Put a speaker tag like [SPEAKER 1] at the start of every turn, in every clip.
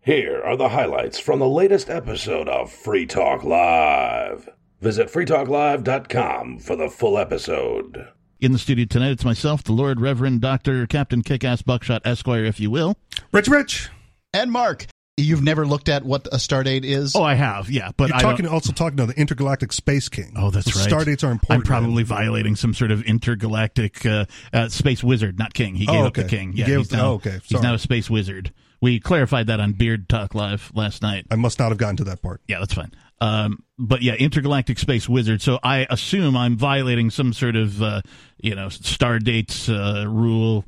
[SPEAKER 1] Here are the highlights from the latest episode of Free Talk Live. Visit freetalklive.com for the full episode.
[SPEAKER 2] In the studio tonight, it's myself, the Lord Reverend Dr. Captain Kickass Buckshot Esquire, if you will.
[SPEAKER 3] Rich, Rich.
[SPEAKER 4] And Mark, you've never looked at what a star date is?
[SPEAKER 2] Oh, I have, yeah. But
[SPEAKER 3] You're
[SPEAKER 2] I
[SPEAKER 3] talking
[SPEAKER 2] don't-
[SPEAKER 3] also talking to the intergalactic space king.
[SPEAKER 2] Oh, that's
[SPEAKER 3] So
[SPEAKER 2] right.
[SPEAKER 3] Stardates are important.
[SPEAKER 2] I'm probably violating some sort of intergalactic uh, uh, space wizard, not king. He
[SPEAKER 3] Oh,
[SPEAKER 2] gave up the
[SPEAKER 3] okay.
[SPEAKER 2] king.
[SPEAKER 3] He
[SPEAKER 2] Yeah,
[SPEAKER 3] gave
[SPEAKER 2] he's
[SPEAKER 3] up the-
[SPEAKER 2] now,
[SPEAKER 3] oh, okay.
[SPEAKER 2] he's
[SPEAKER 3] Sorry.
[SPEAKER 2] now a space wizard. We clarified that on Beard Talk Live last night.
[SPEAKER 3] I must not have gotten to that part.
[SPEAKER 2] Yeah, that's fine. Um, but yeah, intergalactic space wizard. So I assume I'm violating some sort of uh, you know star dates uh, rule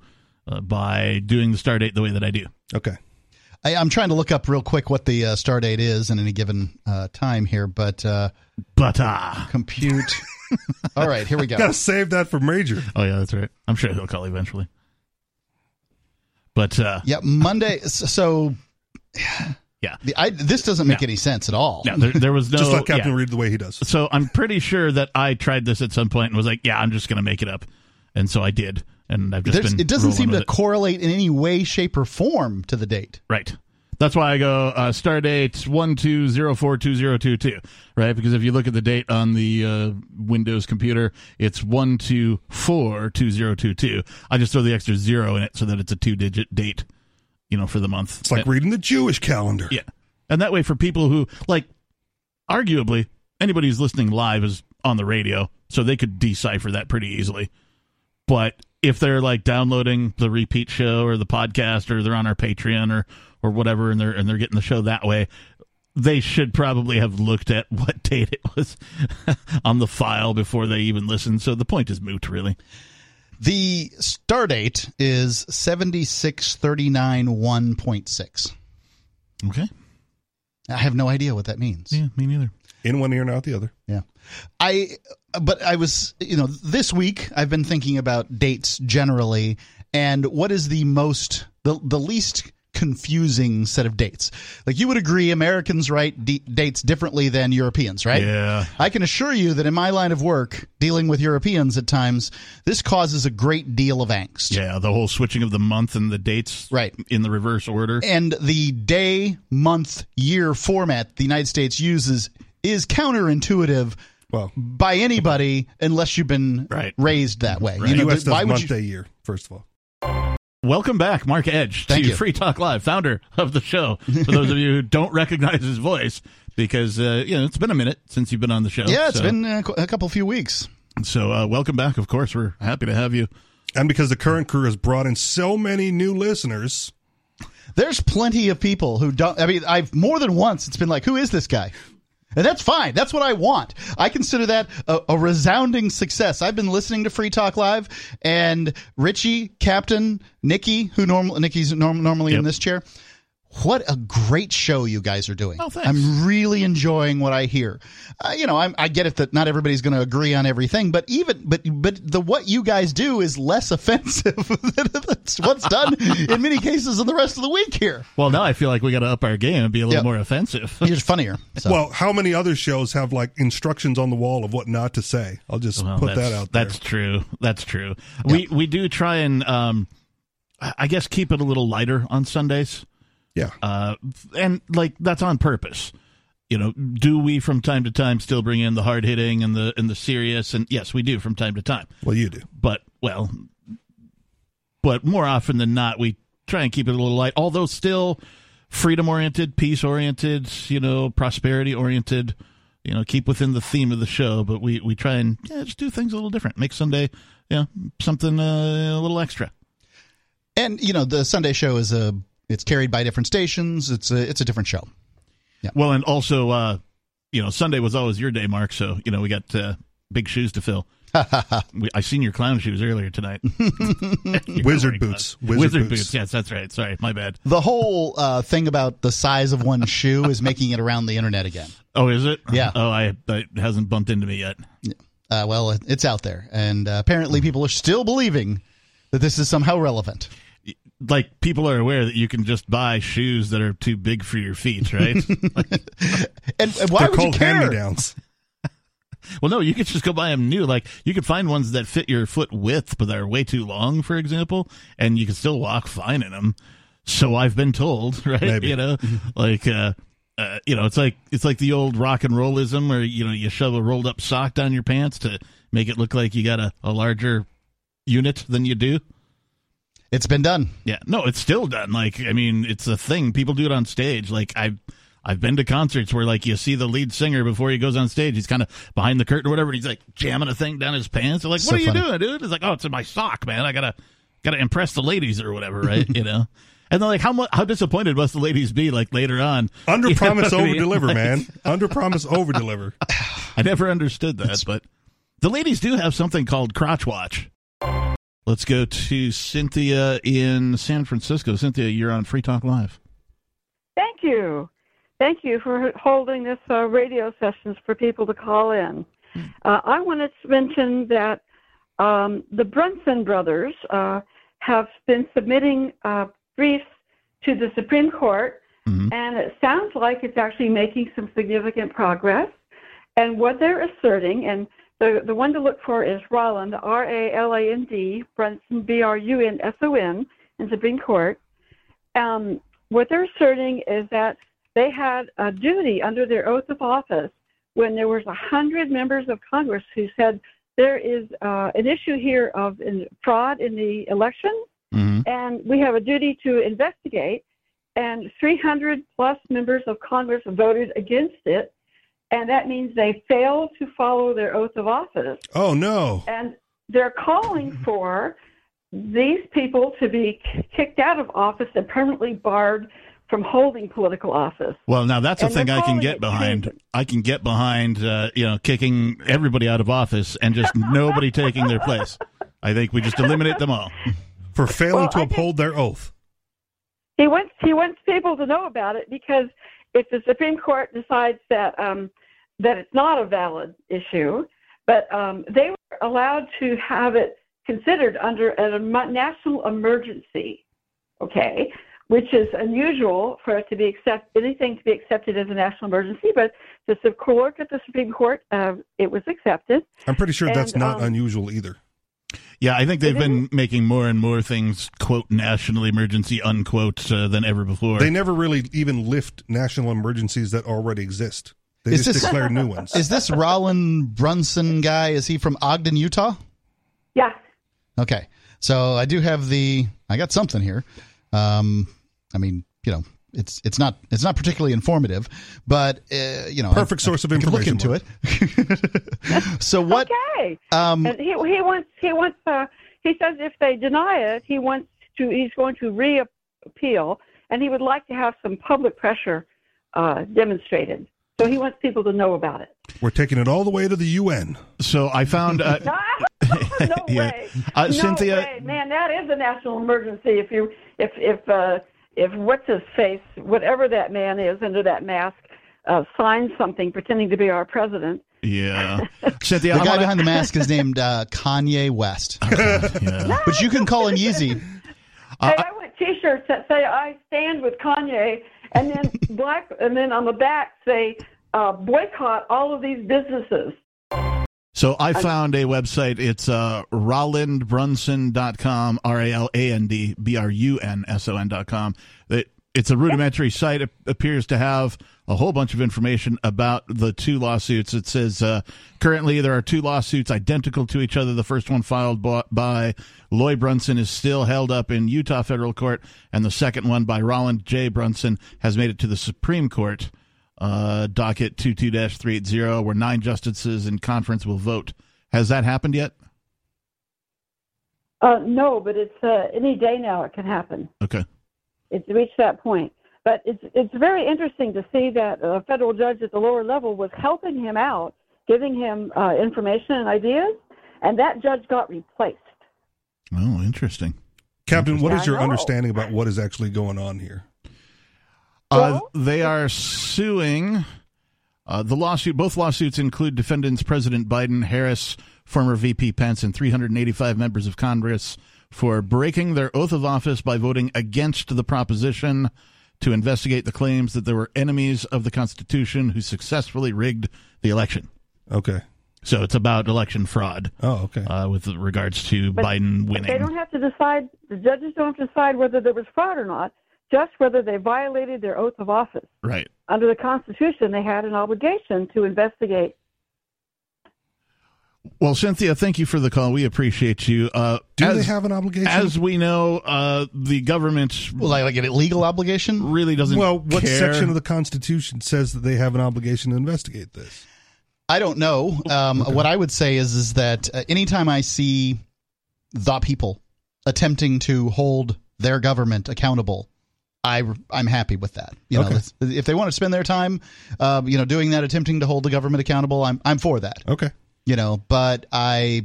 [SPEAKER 2] uh, by doing the star date the way that I do.
[SPEAKER 3] Okay.
[SPEAKER 4] I, I'm trying to look up real quick what the uh, star date is in any given uh, time here, but uh,
[SPEAKER 2] But ah,
[SPEAKER 4] compute. All right, here we go.
[SPEAKER 3] Got to save that for Major.
[SPEAKER 2] oh yeah, that's right. I'm sure he'll call eventually. But uh,
[SPEAKER 4] Yeah, Monday. s- So,
[SPEAKER 2] Yeah.
[SPEAKER 4] the, I, this doesn't make
[SPEAKER 2] No.
[SPEAKER 4] any sense at all.
[SPEAKER 2] no, there, there was no
[SPEAKER 3] Just let
[SPEAKER 2] yeah.
[SPEAKER 3] Captain read the way he does.
[SPEAKER 2] so I'm pretty sure that I tried this at some point and was like, yeah, I'm just going to make it up. And so I did. And I've just
[SPEAKER 4] There's-
[SPEAKER 2] been.
[SPEAKER 4] it doesn't
[SPEAKER 2] rolling
[SPEAKER 4] seem to
[SPEAKER 2] with it.
[SPEAKER 4] correlate in any way, shape, or form to the date.
[SPEAKER 2] Right. That's why I go uh, star date 12042022, right? Because if you look at the date on the uh, Windows computer, it's 1242022. I just throw the extra zero in it so that it's a two digit date, you know, for the month.
[SPEAKER 3] It's like reading the Jewish calendar.
[SPEAKER 2] Yeah. And that way, for people who, like, arguably, anybody who's listening live is on the radio, so they could decipher that pretty easily. But if they're, like, downloading the repeat show or the podcast or they're on our Patreon or, or whatever and they're, and they're getting the show that way, they should probably have looked at what date it was on the file before they even listened. So the point is moot, really.
[SPEAKER 4] The star date is 76391.6.
[SPEAKER 2] Okay.
[SPEAKER 4] I have no idea what that means.
[SPEAKER 2] Yeah, me neither.
[SPEAKER 3] In one ear and out the other.
[SPEAKER 4] Yeah. I but I was, you know, this week I've been thinking about dates generally and what is the most the the least confusing set of dates. Like you would agree Americans write d- dates differently than Europeans, right?
[SPEAKER 2] Yeah.
[SPEAKER 4] I can assure you that in my line of work, dealing with Europeans at times, this causes a great deal of angst.
[SPEAKER 2] Yeah, the whole switching of the month and the dates
[SPEAKER 4] Right.
[SPEAKER 2] in the reverse order.
[SPEAKER 4] And the day, month, year format the United States uses is counterintuitive
[SPEAKER 3] Well,
[SPEAKER 4] by anybody unless you've been
[SPEAKER 2] Right.
[SPEAKER 4] raised that way. You
[SPEAKER 3] the
[SPEAKER 4] know,
[SPEAKER 3] U.S.
[SPEAKER 4] why
[SPEAKER 3] does
[SPEAKER 4] would
[SPEAKER 3] month,
[SPEAKER 4] you-
[SPEAKER 3] day, year, first of all.
[SPEAKER 2] Welcome back, Mark Edge,
[SPEAKER 4] Thank
[SPEAKER 2] to
[SPEAKER 4] you.
[SPEAKER 2] Free Talk Live, founder of the show. For those of you who don't recognize his voice, because uh, you know it's been a minute since you've been on the show.
[SPEAKER 4] Yeah, it's
[SPEAKER 2] so,
[SPEAKER 4] been uh, a, cou- a couple few weeks.
[SPEAKER 2] so. Uh, welcome back. Of course, we're happy to have you.
[SPEAKER 3] And because the current crew has brought in so many new listeners,
[SPEAKER 4] There's plenty of people who don't. I mean, I've more than once it's been like, who is this guy? And that's fine. That's what I want. I consider that a, a resounding success. I've been listening to Free Talk Live, and Richie, Captain, Nikki, who normally Nikki's norm, normally
[SPEAKER 2] Yep.
[SPEAKER 4] in this chair. What a great show you guys are doing!
[SPEAKER 2] Oh, thanks.
[SPEAKER 4] I'm really enjoying what I hear. Uh, you know, I'm, I get it that not everybody's going to agree on everything, but even but but the what you guys do is less offensive than what's done in many cases in the rest of the week here.
[SPEAKER 2] Well, now I feel like we got to up our game and be a little
[SPEAKER 4] Yep.
[SPEAKER 2] more offensive.
[SPEAKER 4] You're funnier. So.
[SPEAKER 3] well, how many other shows have like instructions on the wall of what not to say? I'll just
[SPEAKER 2] Well,
[SPEAKER 3] put that
[SPEAKER 2] that's-
[SPEAKER 3] out there.
[SPEAKER 2] That's true. That's true. We we do try and um, I I guess keep it a little lighter on Sundays.
[SPEAKER 3] yeah.
[SPEAKER 2] uh, and like that's on purpose. You know, do we from time to time still bring in the hard hitting and the and the serious? And yes, we do from time to time.
[SPEAKER 3] Well, you do.
[SPEAKER 2] But well, but more often than not, we try and keep it a little light. Although still freedom oriented, peace oriented, you know, prosperity oriented. You know, keep within the theme of the show, but we we try and yeah, just do things a little different. Make Sunday, you know, something uh, a little extra.
[SPEAKER 4] and you know, the Sunday show is a it's carried by different stations. It's a it's a different show.
[SPEAKER 2] Well, and also, uh, you know, Sunday was always your day, Mark. So you know, we got uh, big shoes to fill. we, I seen your clown shoes earlier tonight. You're
[SPEAKER 3] Wizard
[SPEAKER 2] wearing
[SPEAKER 3] boots.
[SPEAKER 2] clowns.
[SPEAKER 3] Wizard
[SPEAKER 2] Wizard
[SPEAKER 3] boots.
[SPEAKER 2] boots. Yes, that's right. Sorry, my bad.
[SPEAKER 4] The whole uh, thing about the size of one shoe is making it around the internet again.
[SPEAKER 2] Oh, is it?
[SPEAKER 4] Yeah.
[SPEAKER 2] Oh, I, I it hasn't bumped into me yet.
[SPEAKER 4] Uh, well, it- it's out there, and uh, apparently people are still believing that this is somehow relevant.
[SPEAKER 2] Like people are aware that you can just buy shoes that are too big for your feet, right?
[SPEAKER 4] And, and why
[SPEAKER 3] They're
[SPEAKER 4] would you
[SPEAKER 3] called hand me
[SPEAKER 4] care?
[SPEAKER 3] downs.
[SPEAKER 2] well, no, you could just go buy them new. Like you could find ones that fit your foot width, but they're way too long, for example, and you can still walk fine in them. so I've been told, right?
[SPEAKER 3] Maybe.
[SPEAKER 2] You know, like uh, uh, you know, it's like it's like the old rock and rollism, where you know you shove a rolled up sock down your pants to make it look like you got a, a larger unit than you do.
[SPEAKER 4] It's been done.
[SPEAKER 2] Yeah, no, it's still done. Like, I mean, it's a thing. People do it on stage. Like, I've I've been to concerts where like you see the lead singer before he goes on stage. He's kind of behind the curtain or whatever. And he's like jamming a thing down his pants. They're like,
[SPEAKER 4] So
[SPEAKER 2] "What are you
[SPEAKER 4] funny.
[SPEAKER 2] doing, dude?" It's like, "Oh, it's in my sock, man. I gotta gotta impress the ladies or whatever, right?" you know. And then like, how mu- how disappointed must the ladies be like later on?
[SPEAKER 3] Under
[SPEAKER 2] You know
[SPEAKER 3] promise,
[SPEAKER 2] what I
[SPEAKER 3] over
[SPEAKER 2] mean?
[SPEAKER 3] deliver,
[SPEAKER 2] Like,
[SPEAKER 3] man. Under promise, over deliver.
[SPEAKER 2] I never understood that, but the ladies do have something called crotch watch. Let's go to Cynthia in San Francisco. Cynthia, you're on Free Talk Live.
[SPEAKER 5] Thank you. Thank you for holding this uh, radio sessions for people to call in. Uh, I wanted to mention that um, the Brunson brothers uh, have been submitting uh, briefs to the Supreme Court,
[SPEAKER 2] Mhm.
[SPEAKER 5] and it sounds like it's actually making some significant progress. And what they're asserting, and the, the one to look for is Roland, R A L A N D, Brunson, B R U N S O N, in Supreme Court um, what they're asserting is that they had a duty under their oath of office when there was a hundred members of Congress who said there is uh, an issue here of in fraud in the election,
[SPEAKER 2] Mm-hmm.
[SPEAKER 5] and we have a duty to investigate. And 300 plus members of Congress voted against it, and that means they failed to follow their oath of office.
[SPEAKER 3] Oh no! Mm-hmm.
[SPEAKER 5] And they're calling for these people to be kicked out of office and permanently barred from holding political office.
[SPEAKER 2] Well, now that's a
[SPEAKER 5] And
[SPEAKER 2] thing
[SPEAKER 5] they're
[SPEAKER 2] I can
[SPEAKER 5] calling
[SPEAKER 2] get
[SPEAKER 5] it
[SPEAKER 2] behind.
[SPEAKER 5] treason.
[SPEAKER 2] I can get behind, uh, you know, kicking everybody out of office and just nobody taking their place. I think we just eliminate them all.
[SPEAKER 3] For failing
[SPEAKER 5] Well,
[SPEAKER 3] to
[SPEAKER 5] I think-
[SPEAKER 3] uphold their oath.
[SPEAKER 5] He wants he wants people to know about it because if the Supreme Court decides that um, that it's not a valid issue, but um, they were allowed to have it considered under a em- national emergency, okay, which is unusual for it to be accept anything to be accepted as a national emergency. But the Sup- court at the Supreme Court, uh, it was accepted.
[SPEAKER 3] I'm pretty sure that's
[SPEAKER 5] And,
[SPEAKER 3] not
[SPEAKER 5] um,
[SPEAKER 3] unusual either.
[SPEAKER 2] Yeah, I think they've been making more and more things quote national emergency unquote uh, than ever before.
[SPEAKER 3] They never really even lift national emergencies that already exist. They
[SPEAKER 4] Is
[SPEAKER 3] just
[SPEAKER 4] this-
[SPEAKER 3] declare new ones.
[SPEAKER 4] Is this Roland Brunson guy? Is he from Ogden, Utah?
[SPEAKER 5] Yeah,
[SPEAKER 4] Okay. So I do have the I got something here. Um I mean, you know, it's it's not it's not particularly informative, but uh, you know,
[SPEAKER 3] Perfect source of
[SPEAKER 4] I can look
[SPEAKER 3] information.
[SPEAKER 4] into it. so what
[SPEAKER 5] okay.
[SPEAKER 4] um
[SPEAKER 5] And he, he wants he wants uh, he says if they deny it, he wants to he's going to reappeal, and he would like to have some public pressure uh, demonstrated. So he wants people to know about it.
[SPEAKER 3] We're taking it all the way to the UN.
[SPEAKER 2] so I found uh,
[SPEAKER 5] no
[SPEAKER 2] Yeah.
[SPEAKER 5] way,
[SPEAKER 2] Uh,
[SPEAKER 5] no
[SPEAKER 2] Cynthia-
[SPEAKER 5] way. man, that is a national emergency. If you if if uh, if what's his face, whatever that man is under that mask, uh, signs something pretending to be our president.
[SPEAKER 2] yeah,
[SPEAKER 4] the
[SPEAKER 2] Cynthia. I
[SPEAKER 4] guy
[SPEAKER 2] wanna-
[SPEAKER 4] behind the mask is named uh, Kanye West,
[SPEAKER 2] yeah.
[SPEAKER 4] but you can call him Yeezy.
[SPEAKER 2] Uh,
[SPEAKER 4] Uh,
[SPEAKER 5] Hey, I want T-shirts that say "I stand with Kanye," and then black, and then on the back say uh, "Boycott all of these businesses."
[SPEAKER 2] So I found a website. It's uh, rolandbrunson.com, R A L A N D B R U N S O N.com. It, it's a rudimentary site. It appears to have a whole bunch of information about the two lawsuits. It says uh, currently there are two lawsuits identical to each other. The first one filed by, by Lloyd Brunson is still held up in Utah federal court, and the second one by Roland J. Brunson has made it to the Supreme Court uh, docket 22-380 where nine justices in conference will vote has that happened yet
[SPEAKER 5] Uh, no, but it's uh, any day now. It can happen.
[SPEAKER 2] okay
[SPEAKER 5] It's reached that point, but it's it's very interesting to see that a federal judge at the lower level was helping him out, giving him uh, information and ideas, and that judge got replaced.
[SPEAKER 2] oh interesting
[SPEAKER 3] Captain, what
[SPEAKER 5] Yeah,
[SPEAKER 3] is
[SPEAKER 5] I
[SPEAKER 3] your
[SPEAKER 5] know.
[SPEAKER 3] understanding about what is actually going on here?
[SPEAKER 2] uh,
[SPEAKER 5] Well-
[SPEAKER 2] they are suing uh, the lawsuit both lawsuits include defendants president biden harris former vp pence and 385 members of congress for breaking their oath of office by voting against the proposition to investigate the claims that there were enemies of the constitution who successfully rigged the election
[SPEAKER 3] Okay.
[SPEAKER 2] so it's about election fraud
[SPEAKER 3] Oh, okay.
[SPEAKER 2] uh, with regards to
[SPEAKER 5] But
[SPEAKER 2] Biden
[SPEAKER 5] They don't
[SPEAKER 2] winning.
[SPEAKER 5] have to decide. The judges don't have to decide whether there was fraud or not. just whether they violated their oath of office.
[SPEAKER 2] Right.
[SPEAKER 5] Under the Constitution, they had an obligation to investigate.
[SPEAKER 2] Well, Cynthia, thank you for the call. We appreciate you. Uh,
[SPEAKER 3] Do
[SPEAKER 2] as,
[SPEAKER 3] they have an obligation?
[SPEAKER 2] as we know, uh, the government
[SPEAKER 4] Well, like, like an illegal obligation?
[SPEAKER 2] really doesn't.
[SPEAKER 3] well, what
[SPEAKER 2] care.
[SPEAKER 3] section of the Constitution says that they have an obligation to investigate this?
[SPEAKER 4] I don't know. Um, What I would say is is that uh, anytime I see the people attempting to hold their government accountable, I I'm happy with that. You know,
[SPEAKER 3] Okay.
[SPEAKER 4] that's- if they want to spend their time, uh, you know, doing that, attempting to hold the government accountable, I'm I'm for that.
[SPEAKER 3] Okay.
[SPEAKER 4] You know, but I.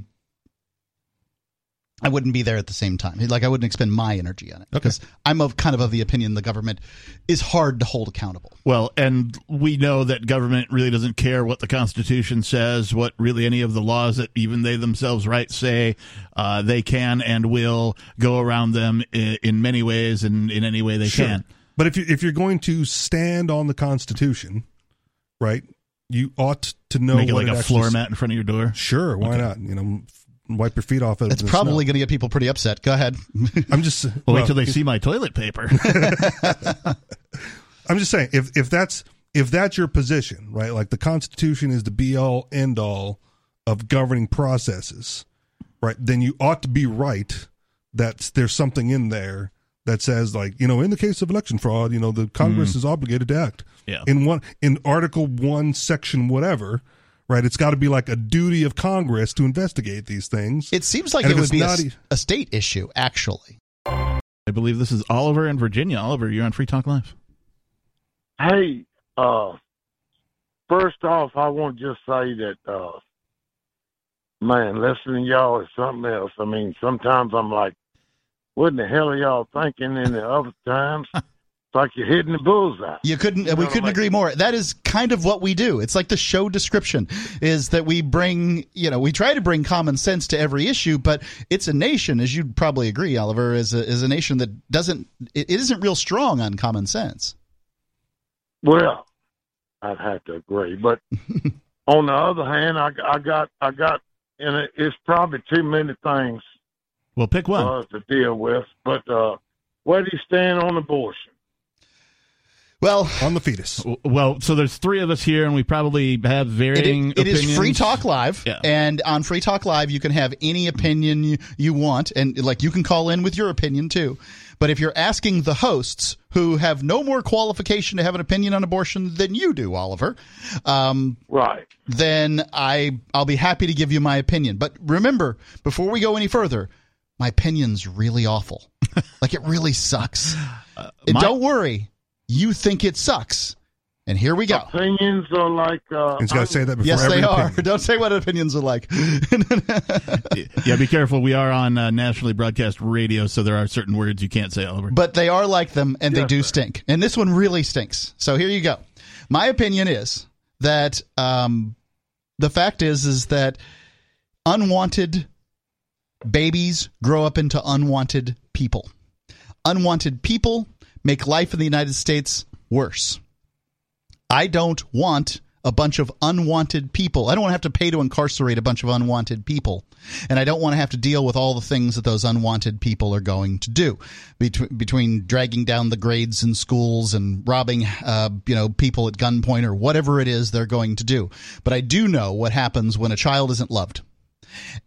[SPEAKER 4] I wouldn't be there at the same time. Like I wouldn't expend my energy on it
[SPEAKER 3] Okay.
[SPEAKER 4] because I'm of kind of of the opinion the government is hard to hold accountable.
[SPEAKER 2] Well, and we know that government really doesn't care what the Constitution says, what really any of the laws that even they themselves write say. Uh, they can and will go around them in, in many ways and in any way they can.
[SPEAKER 3] But if you if you're going to stand on the Constitution, right, you ought to know
[SPEAKER 2] Make it
[SPEAKER 3] what
[SPEAKER 2] like
[SPEAKER 3] it
[SPEAKER 2] a
[SPEAKER 3] actually
[SPEAKER 2] floor
[SPEAKER 3] s-
[SPEAKER 2] mat in front of your door.
[SPEAKER 3] Sure, why not? You know, wipe your feet off of
[SPEAKER 4] It's
[SPEAKER 3] the
[SPEAKER 4] probably
[SPEAKER 3] snow.
[SPEAKER 4] going to get people pretty upset. Go ahead.
[SPEAKER 3] I'm just
[SPEAKER 2] Well,
[SPEAKER 3] well,
[SPEAKER 2] wait till they see my toilet paper.
[SPEAKER 3] I'm just saying if if that's if that's your position, right? Like the Constitution is the be all end all of governing processes, right? Then you ought to be right that there's something in there that says like, you know, in the case of election fraud, you know, the Congress is obligated to act.
[SPEAKER 2] Yeah.
[SPEAKER 3] In one in article 1 section whatever, right? It's got to be like a duty of Congress to investigate these things.
[SPEAKER 4] It seems like
[SPEAKER 3] And
[SPEAKER 4] it
[SPEAKER 3] if
[SPEAKER 4] would
[SPEAKER 3] it's
[SPEAKER 4] be a,
[SPEAKER 3] not
[SPEAKER 4] s-
[SPEAKER 3] e-
[SPEAKER 4] a state issue, actually.
[SPEAKER 2] I believe this is Oliver in Virginia. Oliver, you're on Free Talk Live.
[SPEAKER 6] Hey, uh, first off, I want to just say that, uh, man, listening to y'all is something else. I mean, sometimes I'm like, what in the hell are y'all thinking? And the other times, it's like you're hitting the bullseye.
[SPEAKER 4] You couldn't. We
[SPEAKER 6] no,
[SPEAKER 4] couldn't
[SPEAKER 6] like-
[SPEAKER 4] agree more. That is kind of what we do. It's like the show description is that we bring. You know, we try to bring common sense to every issue, but it's a nation, as you'd probably agree, Oliver, is a, is a nation that doesn't. It, it isn't real strong on common sense.
[SPEAKER 6] Well, I'd have to agree, but on the other hand, I, I got, I got, and it, it's probably too many things
[SPEAKER 2] Well, pick one.
[SPEAKER 3] Uh,
[SPEAKER 6] for us to deal with. But uh, where do you stand on abortion?
[SPEAKER 4] Well,
[SPEAKER 3] on the fetus.
[SPEAKER 2] W- well, so there's three of us here, and we probably have
[SPEAKER 4] it-
[SPEAKER 2] varying.
[SPEAKER 4] it is
[SPEAKER 2] opinions.
[SPEAKER 4] Free Talk Live,
[SPEAKER 2] Yeah.
[SPEAKER 4] and on Free Talk Live, you can have any opinion you, you want, and like you can call in with your opinion too. But if you're asking the hosts who have no more qualification to have an opinion on abortion than you do, Oliver, um,
[SPEAKER 6] Right.
[SPEAKER 4] then I I'll be happy to give you my opinion. But remember, before we go any further, my opinion's really awful. like it really sucks. And
[SPEAKER 2] Uh, my-
[SPEAKER 4] don't worry, you think it sucks, and here we go.
[SPEAKER 6] Opinions are like uh,
[SPEAKER 3] It's got to say that before
[SPEAKER 4] Yes,
[SPEAKER 3] every
[SPEAKER 4] they are.
[SPEAKER 3] opinion.
[SPEAKER 4] Don't say what opinions are like.
[SPEAKER 2] yeah, be careful. We are on uh, nationally broadcast radio, so there are certain words you can't say, Oliver.
[SPEAKER 4] but they are like them, and they
[SPEAKER 6] Yes,
[SPEAKER 4] do
[SPEAKER 6] sir.
[SPEAKER 4] stink. And this one really stinks. So here you go. My opinion is that um, the fact is is that unwanted babies grow up into unwanted people. Unwanted people make life in the United States worse. I don't want a bunch of unwanted people. I don't want to have to pay to incarcerate a bunch of unwanted people. And I don't want to have to deal with all the things that those unwanted people are going to do between, between dragging down the grades in schools and robbing, uh, you know, people at gunpoint or whatever it is they're going to do. But I do know what happens when a child isn't loved.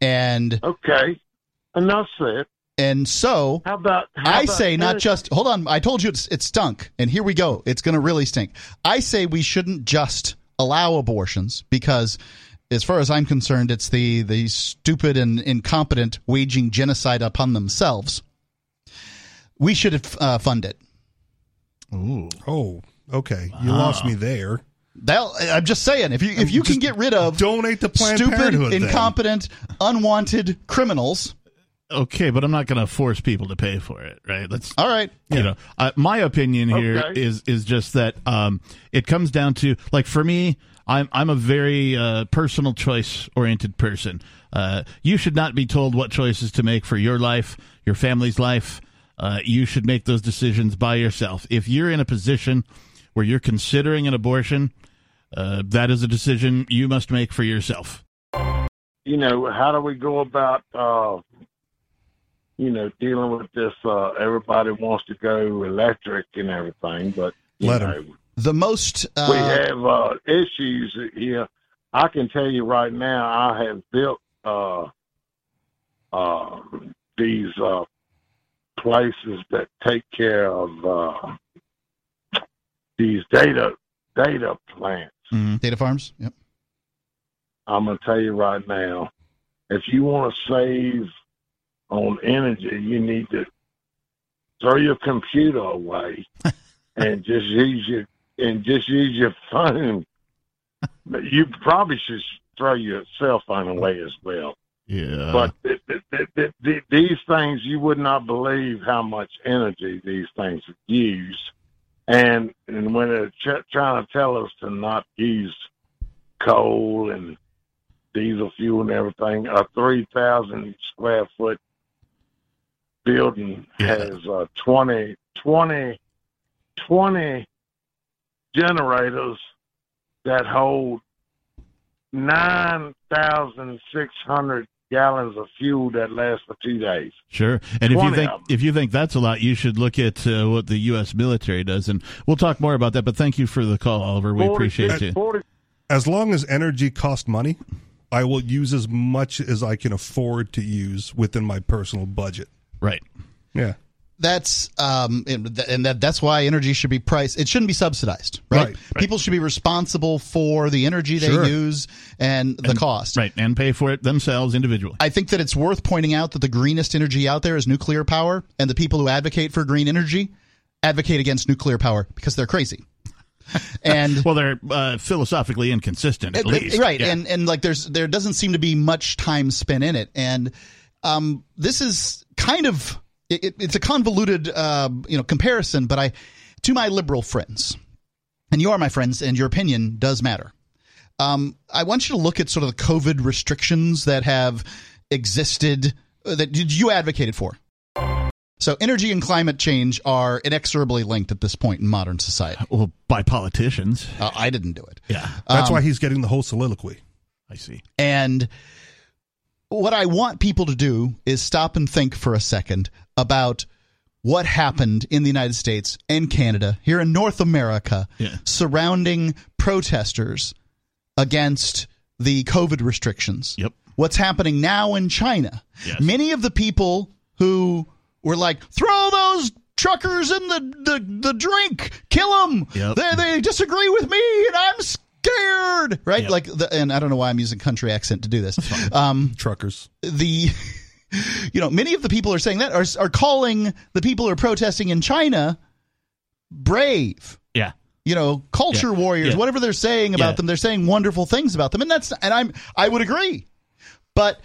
[SPEAKER 4] And,
[SPEAKER 6] Okay, enough said.
[SPEAKER 4] and so
[SPEAKER 6] How about how
[SPEAKER 4] I
[SPEAKER 6] about
[SPEAKER 4] say not
[SPEAKER 6] this?
[SPEAKER 4] just hold on. I told you it's, it stunk, and here we go. It's going to really stink. I say we shouldn't just allow abortions because, as far as I'm concerned, it's the the stupid and incompetent waging genocide upon themselves. We should uh, fund it.
[SPEAKER 2] Ooh.
[SPEAKER 3] Oh, okay. You lost me there.
[SPEAKER 4] That'll, I'm just saying if you if you can
[SPEAKER 3] Just
[SPEAKER 4] get rid of
[SPEAKER 3] donate to Planned
[SPEAKER 4] stupid,
[SPEAKER 3] Parenthood. then.
[SPEAKER 4] incompetent, unwanted criminals.
[SPEAKER 2] Okay, but I'm not going to force people to pay for it, right? That's
[SPEAKER 4] All right,
[SPEAKER 2] you know, uh, my opinion here
[SPEAKER 6] Okay.
[SPEAKER 2] is is just that um, it comes down to like for me, I'm I'm a very uh, personal choice oriented person. Uh, you should not be told what choices to make for your life, your family's life. Uh, you should make those decisions by yourself. If you're in a position where you're considering an abortion, uh, that is a decision you must make for yourself.
[SPEAKER 6] you know how do we go about uh, you know, dealing with this. Uh, everybody wants to go electric and everything, but you
[SPEAKER 3] Let 'em.
[SPEAKER 6] know,
[SPEAKER 4] The most uh,
[SPEAKER 6] we have uh, issues here. I can tell you right now, I have built uh, uh, these uh, places that take care of uh, these data data plants.
[SPEAKER 4] data farms. Yep.
[SPEAKER 6] I'm going to tell you right now, if you want to save on energy, you need to throw your computer away and just use your and just use your phone. But you probably should throw your cell phone away as well.
[SPEAKER 2] Yeah.
[SPEAKER 6] But th- th- th- th- th- these things, you would not believe how much energy these things use. And and when they're ch- trying to tell us to not use coal and diesel fuel and everything, a 3,000 square foot building
[SPEAKER 2] Yeah.
[SPEAKER 6] has uh, 20, 20, 20 generators that hold 9,600 gallons of fuel that lasts for two days.
[SPEAKER 2] Sure. And if you
[SPEAKER 6] 20
[SPEAKER 2] think
[SPEAKER 6] of 'em.
[SPEAKER 2] if you think that's a lot, you should look at uh, what the U.S. military does, and we'll talk more about that. But thank you for the call, Oliver. We
[SPEAKER 6] 40
[SPEAKER 2] appreciate you.
[SPEAKER 6] 40
[SPEAKER 3] As long as energy costs money, I will use as much as I can afford to use within my personal budget.
[SPEAKER 2] Right.
[SPEAKER 3] Yeah.
[SPEAKER 4] That's um, and, th- and that that's why energy should be priced. It shouldn't be subsidized, right?
[SPEAKER 3] Right,
[SPEAKER 4] People should be responsible for the energy they
[SPEAKER 3] Sure.
[SPEAKER 4] use and the cost.
[SPEAKER 2] Right. And pay for it themselves individually.
[SPEAKER 4] I think that it's worth pointing out that the greenest energy out there is nuclear power, and the people who advocate for green energy advocate against nuclear power because they're crazy. And
[SPEAKER 2] Well, they're uh, philosophically inconsistent, at
[SPEAKER 4] Uh,
[SPEAKER 2] least.
[SPEAKER 4] right
[SPEAKER 2] Yeah.
[SPEAKER 4] and and like there's there doesn't seem to be much time spent in it and um this is kind of it, it- it's a convoluted uh you know comparison but i to my liberal friends and you are my friends and your opinion does matter um i want you to look at sort of the covid restrictions that have existed uh, that you advocated for so energy and climate change are inexorably linked at this point in modern society
[SPEAKER 2] well, by politicians.
[SPEAKER 4] uh, i didn't do it Um,
[SPEAKER 2] Yeah,
[SPEAKER 3] That's why he's getting the whole soliloquy.
[SPEAKER 2] I see.
[SPEAKER 4] And what I want people to do is stop and think for a second about what happened in the United States and Canada, here in North America,
[SPEAKER 2] Yeah.
[SPEAKER 4] surrounding protesters against the COVID restrictions.
[SPEAKER 2] Yep.
[SPEAKER 4] What's happening now in China?
[SPEAKER 2] Yes.
[SPEAKER 4] Many of the people who were like, throw those truckers in the, the, the drink, kill them.
[SPEAKER 2] Yep.
[SPEAKER 4] They, they disagree with me and I'm scared. Right?
[SPEAKER 2] Yep.
[SPEAKER 4] Like, the, and I don't know why I'm using country accent to do this. Um,
[SPEAKER 3] Truckers.
[SPEAKER 4] the you know many of the people are saying that are are calling the people who are protesting in China brave
[SPEAKER 2] Yeah.
[SPEAKER 4] you know culture warriors
[SPEAKER 2] Yeah.
[SPEAKER 4] whatever they're saying about
[SPEAKER 2] Yeah.
[SPEAKER 4] them they're saying wonderful things about them and that's and I'm I would agree but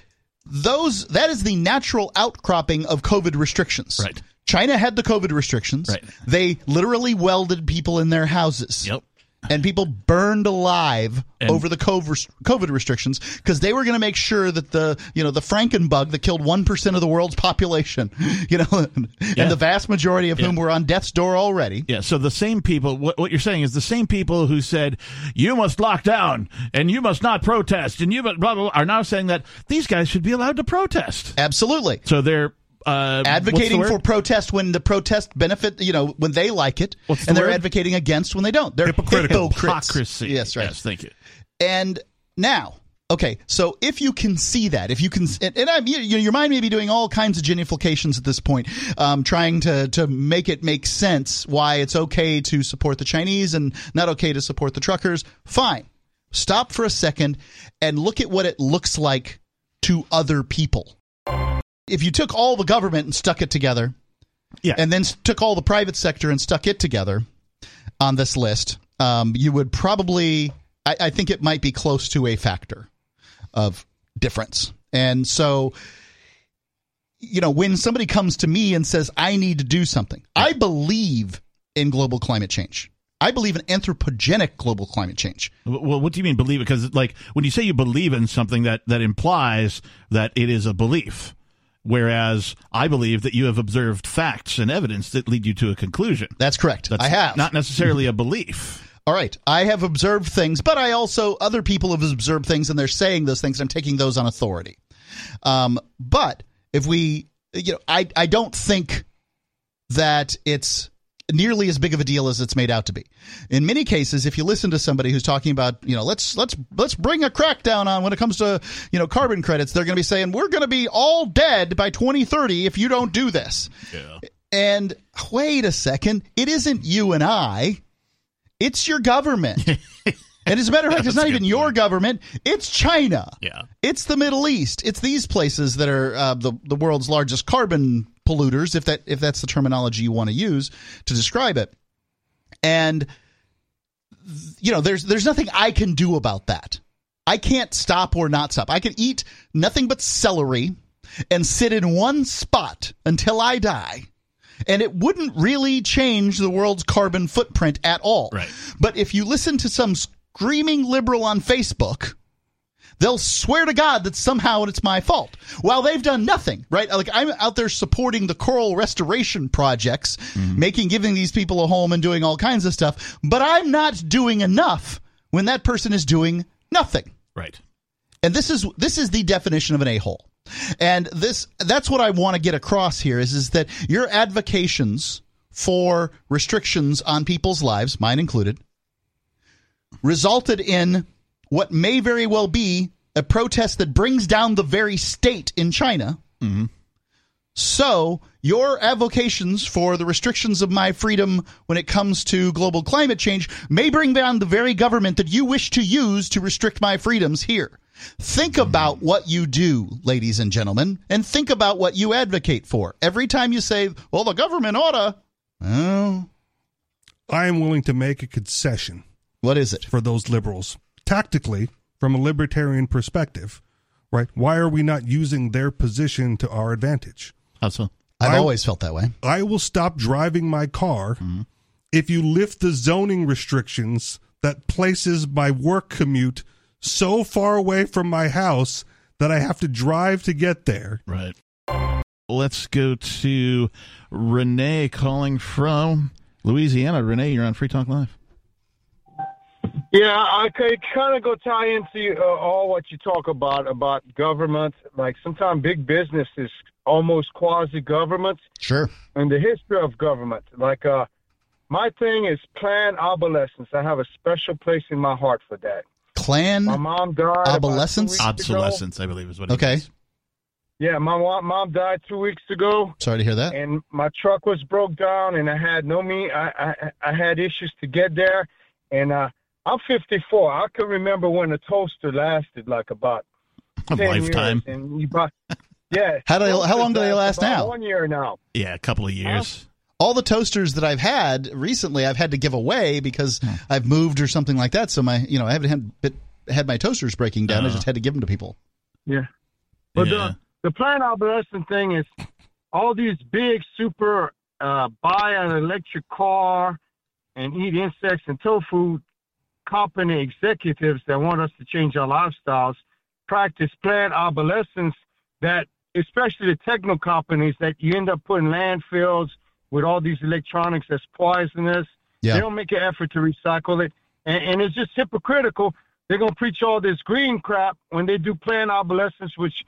[SPEAKER 4] those that is the natural outcropping of covid restrictions
[SPEAKER 2] Right.
[SPEAKER 4] China had the covid restrictions
[SPEAKER 2] Right.
[SPEAKER 4] they literally welded people in their houses
[SPEAKER 2] Yep.
[SPEAKER 4] and people burned alive
[SPEAKER 2] And-
[SPEAKER 4] over the COVID COVID restrictions because they were going to make sure that the you know the Frankenbug that killed one percent of the world's population, you know, and,
[SPEAKER 2] Yeah.
[SPEAKER 4] the vast majority of whom were on death's door already.
[SPEAKER 2] Yeah. So the same people. What, what you're saying is the same people who said you must lock down and you must not protest and you but blah, blah blah are now saying that these guys should be allowed to protest.
[SPEAKER 4] Absolutely,
[SPEAKER 2] So they're uh, what's the
[SPEAKER 4] advocating
[SPEAKER 2] word?
[SPEAKER 4] for protest when the protest benefit you know when they like it,
[SPEAKER 2] What's the
[SPEAKER 4] and they're
[SPEAKER 2] word?
[SPEAKER 4] advocating against when they don't. They're
[SPEAKER 3] Hypocritical.
[SPEAKER 4] hypocrites.
[SPEAKER 2] hypocrisy.
[SPEAKER 4] Yes, right.
[SPEAKER 2] Yes. Thank you.
[SPEAKER 4] And now, okay, so if you can see that, if you can, and, and I'm, you, you- your mind may be doing all kinds of genuflexions at this point, um, trying to to make it make sense why it's okay to support the Chinese and not okay to support the truckers. Fine, stop for a second and look at what it looks like to other people. If you took all the government and stuck it together,
[SPEAKER 2] Yeah.
[SPEAKER 4] and then s- took all the private sector and stuck it together on this list, um, you would probably, I, I think it might be close to a factor of difference. And so, you know, when somebody comes to me and says, I need to do something, I believe in global climate change. I believe in anthropogenic global climate change.
[SPEAKER 2] Well, what do you mean believe it? Because like when you say you believe in something, that that implies that it is a belief. Whereas I believe that you have observed facts and evidence that lead you to a conclusion.
[SPEAKER 4] That's correct.
[SPEAKER 2] That's
[SPEAKER 4] I have.
[SPEAKER 2] not necessarily a belief.
[SPEAKER 4] All right. I have observed things, but I also, other people have observed things and they're saying those things. And I'm taking those on authority. Um, but if we you know, I I don't think that it's nearly as big of a deal as it's made out to be. In many cases, if you listen to somebody who's talking about, you know, let's let's let's bring a crackdown on when it comes to, you know, carbon credits, they're going to be saying we're going to be all dead by 2030 if you don't do this.
[SPEAKER 2] Yeah.
[SPEAKER 4] And wait a second, it isn't you and I. It's your government. and as a matter of fact, it's
[SPEAKER 2] That's
[SPEAKER 4] not
[SPEAKER 2] a
[SPEAKER 4] even
[SPEAKER 2] good
[SPEAKER 4] your government, it's China.
[SPEAKER 2] Yeah.
[SPEAKER 4] It's the Middle East. It's these places that are uh, the the world's largest carbon polluters, if that if that's the terminology you want to use to describe it. And th- you know, there's there's nothing I can do about that. I can't stop or not stop. I can eat nothing but celery and sit in one spot until I die. And it wouldn't really change the world's carbon footprint at all.
[SPEAKER 2] Right.
[SPEAKER 4] But if you listen to some screaming liberal on Facebook, they'll swear to God that somehow it's my fault. While they've done nothing, right? Like I'm out there supporting the coral restoration projects, making giving these people a home and doing all kinds of stuff, but I'm not doing enough when that person is doing nothing
[SPEAKER 2] Right.
[SPEAKER 4] and this is this is the definition of an a-hole and this that's what i want to get across here is is that your advocations for restrictions on people's lives mine included resulted in what may very well be a protest that brings down the very state in china
[SPEAKER 3] Mm-hmm.
[SPEAKER 4] so your avocations for the restrictions of my freedom when it comes to global climate change may bring down the very government that you wish to use to restrict my freedoms here. Think
[SPEAKER 3] Mm-hmm.
[SPEAKER 4] about what you do, ladies and gentlemen, and think about what you advocate for. Every time you say, well, the government oughta, oh,
[SPEAKER 3] I am willing to make a concession
[SPEAKER 4] what is it?
[SPEAKER 3] for those liberals tactically from a libertarian perspective, right? Why are we not using their position to our advantage?
[SPEAKER 2] How so?
[SPEAKER 4] I've
[SPEAKER 3] I-
[SPEAKER 4] always felt that way.
[SPEAKER 3] I will stop driving my car if you lift the zoning restrictions that places my work commute so far away from my house that I have to drive to get there.
[SPEAKER 2] Right. Let's go to Renee calling from Louisiana. Renee, you're on Free Talk Live.
[SPEAKER 7] Yeah, okay. Kind of go tie into uh, all what you talk about about government. Like sometimes big business is almost quasi government,
[SPEAKER 4] Sure.
[SPEAKER 7] and the history of government. Like uh, my thing is planned obsolescence. I have a special place in my heart for that.
[SPEAKER 4] Clan.
[SPEAKER 7] My mom died. about two
[SPEAKER 4] Obsolescence?
[SPEAKER 7] weeks ago.
[SPEAKER 2] Obsolescence, I believe, is what.
[SPEAKER 4] Okay.
[SPEAKER 2] It is.
[SPEAKER 7] Yeah, my wa- mom died two weeks ago,
[SPEAKER 4] Sorry to hear that.
[SPEAKER 7] and my truck was broke down, and I had no me. I I, I had issues to get there, and uh, I'm 54. I can remember when a toaster lasted like about.
[SPEAKER 2] A
[SPEAKER 7] 10
[SPEAKER 2] lifetime.
[SPEAKER 7] years, and you buy, yeah.
[SPEAKER 4] How do they- how long do they last
[SPEAKER 7] About
[SPEAKER 4] now?
[SPEAKER 7] One year now.
[SPEAKER 2] Yeah, a couple of years.
[SPEAKER 4] all the toasters that I've had recently, I've had to give away because
[SPEAKER 3] Hmm.
[SPEAKER 4] I've moved or something like that. So my, you know, I haven't had bit, had my toasters breaking down. I
[SPEAKER 2] Uh-huh.
[SPEAKER 4] just had to give them to people.
[SPEAKER 7] Yeah. But
[SPEAKER 2] yeah.
[SPEAKER 7] the the planned obsolescence thing is all these big super uh, buy an electric car and eat insects and tofu company executives that want us to change our lifestyles practice planned obsolescence that especially the techno companies that you end up putting landfills with all these electronics that's poisonous
[SPEAKER 4] Yeah.
[SPEAKER 7] they don't make an effort to recycle it and, and it's just hypocritical they're going to preach all this green crap when they do planned obsolescence which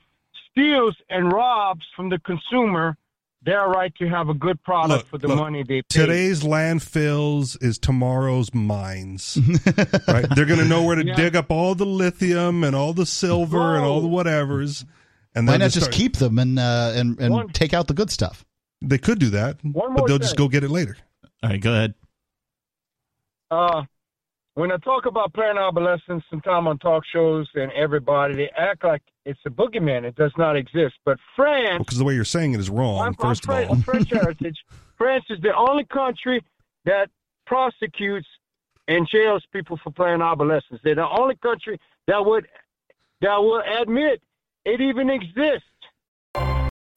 [SPEAKER 7] steals and robs from the consumer their right to have a good product
[SPEAKER 3] Look,
[SPEAKER 7] for the
[SPEAKER 3] look,
[SPEAKER 7] money they pay
[SPEAKER 3] Today's landfills is tomorrow's mines. right? They're going to know where to
[SPEAKER 7] Yeah.
[SPEAKER 3] dig up all the lithium and all the silver and all the whatever's. And
[SPEAKER 4] Why
[SPEAKER 3] they'll
[SPEAKER 4] not just
[SPEAKER 3] start-
[SPEAKER 4] keep them and uh, and and
[SPEAKER 7] One-
[SPEAKER 4] take out the good stuff?
[SPEAKER 3] They could do that, but
[SPEAKER 7] One more
[SPEAKER 3] they'll just
[SPEAKER 7] thing.
[SPEAKER 3] go get it later.
[SPEAKER 2] All right, go ahead.
[SPEAKER 7] uh, when I talk about planned obsolescence, sometime on talk shows and everybody, they act like it's a boogeyman. It does not exist. But France,
[SPEAKER 3] Because the way you're saying it is wrong,
[SPEAKER 7] I'm, I'm
[SPEAKER 3] first
[SPEAKER 7] Fran-
[SPEAKER 3] of all.
[SPEAKER 7] French heritage. France is the only country that prosecutes and jails people for planned obsolescence. They're the only country that would that will admit it even exists.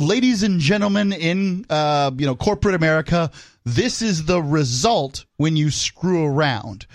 [SPEAKER 4] Ladies and gentlemen, in uh, you know corporate America, this is the result when you screw around.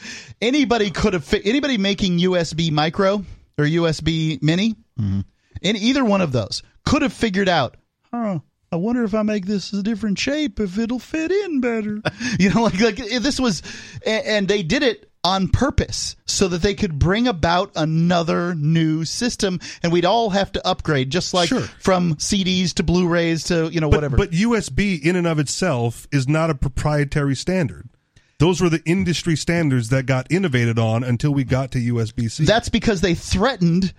[SPEAKER 4] Anybody could have fi- anybody making USB micro or USB mini, in either one of those, could have figured out. Huh, I wonder if I make this a different shape if it'll fit in better. you know, like like this was, and, and they did it on purpose so that they could bring about another new system and we'd all have to upgrade just like
[SPEAKER 3] Sure.
[SPEAKER 4] from CDs to Blu-rays to you know
[SPEAKER 3] But,
[SPEAKER 4] whatever.
[SPEAKER 3] but USB in and of itself is not a proprietary standard. Those were the industry standards that got innovated on until we got to USB C.
[SPEAKER 4] That's because they threatened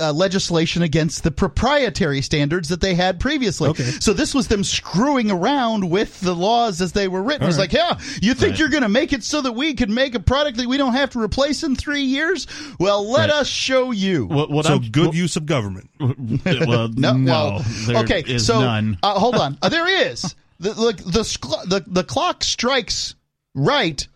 [SPEAKER 4] uh, legislation against the proprietary standards that they had previously.
[SPEAKER 3] Okay.
[SPEAKER 4] So this was them screwing around with the laws as they were written. It's like, yeah, you think
[SPEAKER 2] Right.
[SPEAKER 4] you're going to make it so that we can make a product that we don't have to replace in three years? Well, let
[SPEAKER 2] Right.
[SPEAKER 4] us show you.
[SPEAKER 2] What, what
[SPEAKER 3] so
[SPEAKER 2] I'm,
[SPEAKER 3] good use of government.
[SPEAKER 2] What, well, no.
[SPEAKER 4] No, well,
[SPEAKER 2] there
[SPEAKER 4] okay.
[SPEAKER 2] is
[SPEAKER 4] so
[SPEAKER 2] none.
[SPEAKER 4] Uh, hold on, uh, there is the look the, scl- the the clock strikes right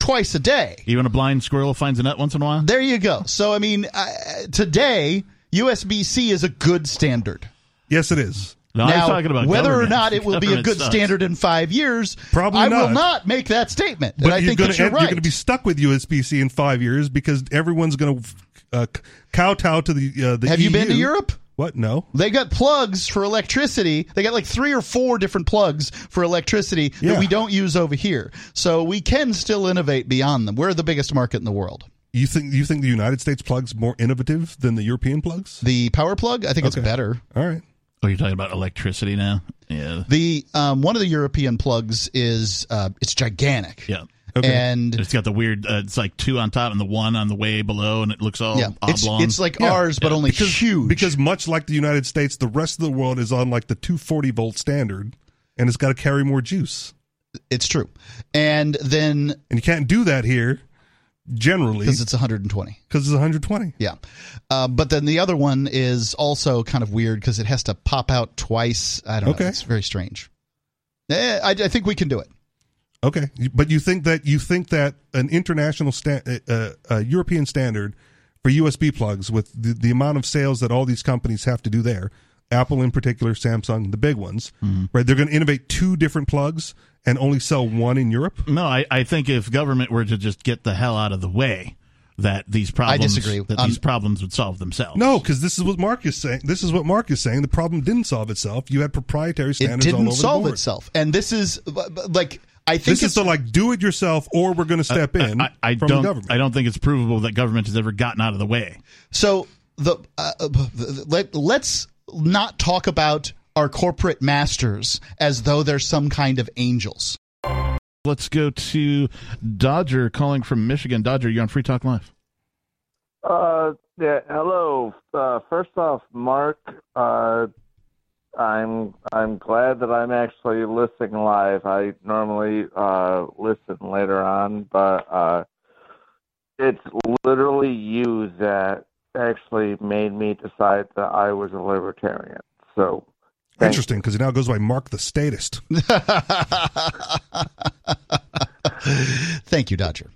[SPEAKER 4] twice a day.
[SPEAKER 2] Even a blind squirrel finds a nut once in a while.
[SPEAKER 4] There you go. So I mean, uh, today USB C is a good standard.
[SPEAKER 3] Yes, it is.
[SPEAKER 2] No,
[SPEAKER 4] now,
[SPEAKER 2] I'm talking about
[SPEAKER 4] whether or
[SPEAKER 2] government.
[SPEAKER 4] not it will be a
[SPEAKER 2] Government
[SPEAKER 4] good
[SPEAKER 2] sucks.
[SPEAKER 4] standard in five years,
[SPEAKER 3] Probably
[SPEAKER 4] I will
[SPEAKER 3] not.
[SPEAKER 4] not make that statement.
[SPEAKER 3] But
[SPEAKER 4] and I
[SPEAKER 3] you're
[SPEAKER 4] think
[SPEAKER 3] going
[SPEAKER 4] that you're
[SPEAKER 3] to
[SPEAKER 4] right.
[SPEAKER 3] you're going to be stuck with USB C in five years because everyone's going to uh, c- kowtow to the uh, the.
[SPEAKER 4] Have you been to
[SPEAKER 3] EU.
[SPEAKER 4] Europe?
[SPEAKER 3] What? No.
[SPEAKER 4] They got plugs for electricity. They got like three or four different plugs for electricity
[SPEAKER 3] Yeah.
[SPEAKER 4] that we don't use over here. So we can still innovate beyond them. We're the biggest market in the world.
[SPEAKER 3] You think you think the United States plugs more innovative than the European plugs?
[SPEAKER 4] The power plug, I think it's better.
[SPEAKER 3] All right.
[SPEAKER 2] Oh, you're talking about electricity now? Yeah.
[SPEAKER 4] The um, one of the European plugs is uh, it's gigantic.
[SPEAKER 2] Yeah.
[SPEAKER 4] And
[SPEAKER 2] It's got the weird, uh, it's like two on top and the one on the way below, and it looks all
[SPEAKER 4] yeah, it's,
[SPEAKER 2] Oh, oblong.
[SPEAKER 4] it's like ours, but only huge.
[SPEAKER 3] Because much like the United States, the rest of the world is on like the 240 volt standard, and it's got to carry more juice,
[SPEAKER 4] it's true. And then
[SPEAKER 3] and you can't do that here generally
[SPEAKER 4] because
[SPEAKER 3] because
[SPEAKER 4] it's 120.
[SPEAKER 3] it's 120.
[SPEAKER 4] Yeah. Uh, but then the other one is also kind of weird because it has to pop out twice. I don't
[SPEAKER 3] Okay.
[SPEAKER 4] know. It's very strange. Eh, I, I think we can do it.
[SPEAKER 3] Okay, but you think that you think that an international sta- uh, uh, European standard for USB plugs, with the, the amount of sales that all these companies have to do there, Apple in particular, Samsung, the big ones,
[SPEAKER 4] Mm-hmm.
[SPEAKER 3] right? They're going to innovate two different plugs and only sell one in Europe.
[SPEAKER 2] no, I, I think if government were to just get the hell out of the way, that these problems
[SPEAKER 4] disagree.
[SPEAKER 2] that
[SPEAKER 4] Um,
[SPEAKER 2] these problems would solve themselves.
[SPEAKER 3] No, because this is what Mark is saying. This is what Mark is saying. The problem didn't solve itself. You had proprietary
[SPEAKER 4] It
[SPEAKER 3] standards all
[SPEAKER 4] didn't
[SPEAKER 3] over the
[SPEAKER 4] solve
[SPEAKER 3] board.
[SPEAKER 4] itself. And this is b- b- like, I think
[SPEAKER 3] This is
[SPEAKER 4] it's
[SPEAKER 3] the like do it yourself, or we're going to step in
[SPEAKER 2] I, I
[SPEAKER 3] from
[SPEAKER 2] don't.
[SPEAKER 3] the government.
[SPEAKER 2] I don't think it's provable that government has ever gotten out of the way.
[SPEAKER 4] so the, uh, uh, b- the- let, let's not talk about our corporate masters as though they're some kind of angels.
[SPEAKER 2] Let's go to Dodger calling from Michigan. Dodger, you're on Free Talk Live.
[SPEAKER 8] Uh, yeah, hello. Uh, first off, Mark, uh, I'm I'm glad that I'm actually listening live. I normally uh, listen later on, but uh, it's literally you that actually made me decide that I was a libertarian. So, thank
[SPEAKER 3] Interesting, because it now goes by Mark the Statist.
[SPEAKER 4] Thank you, Dodger.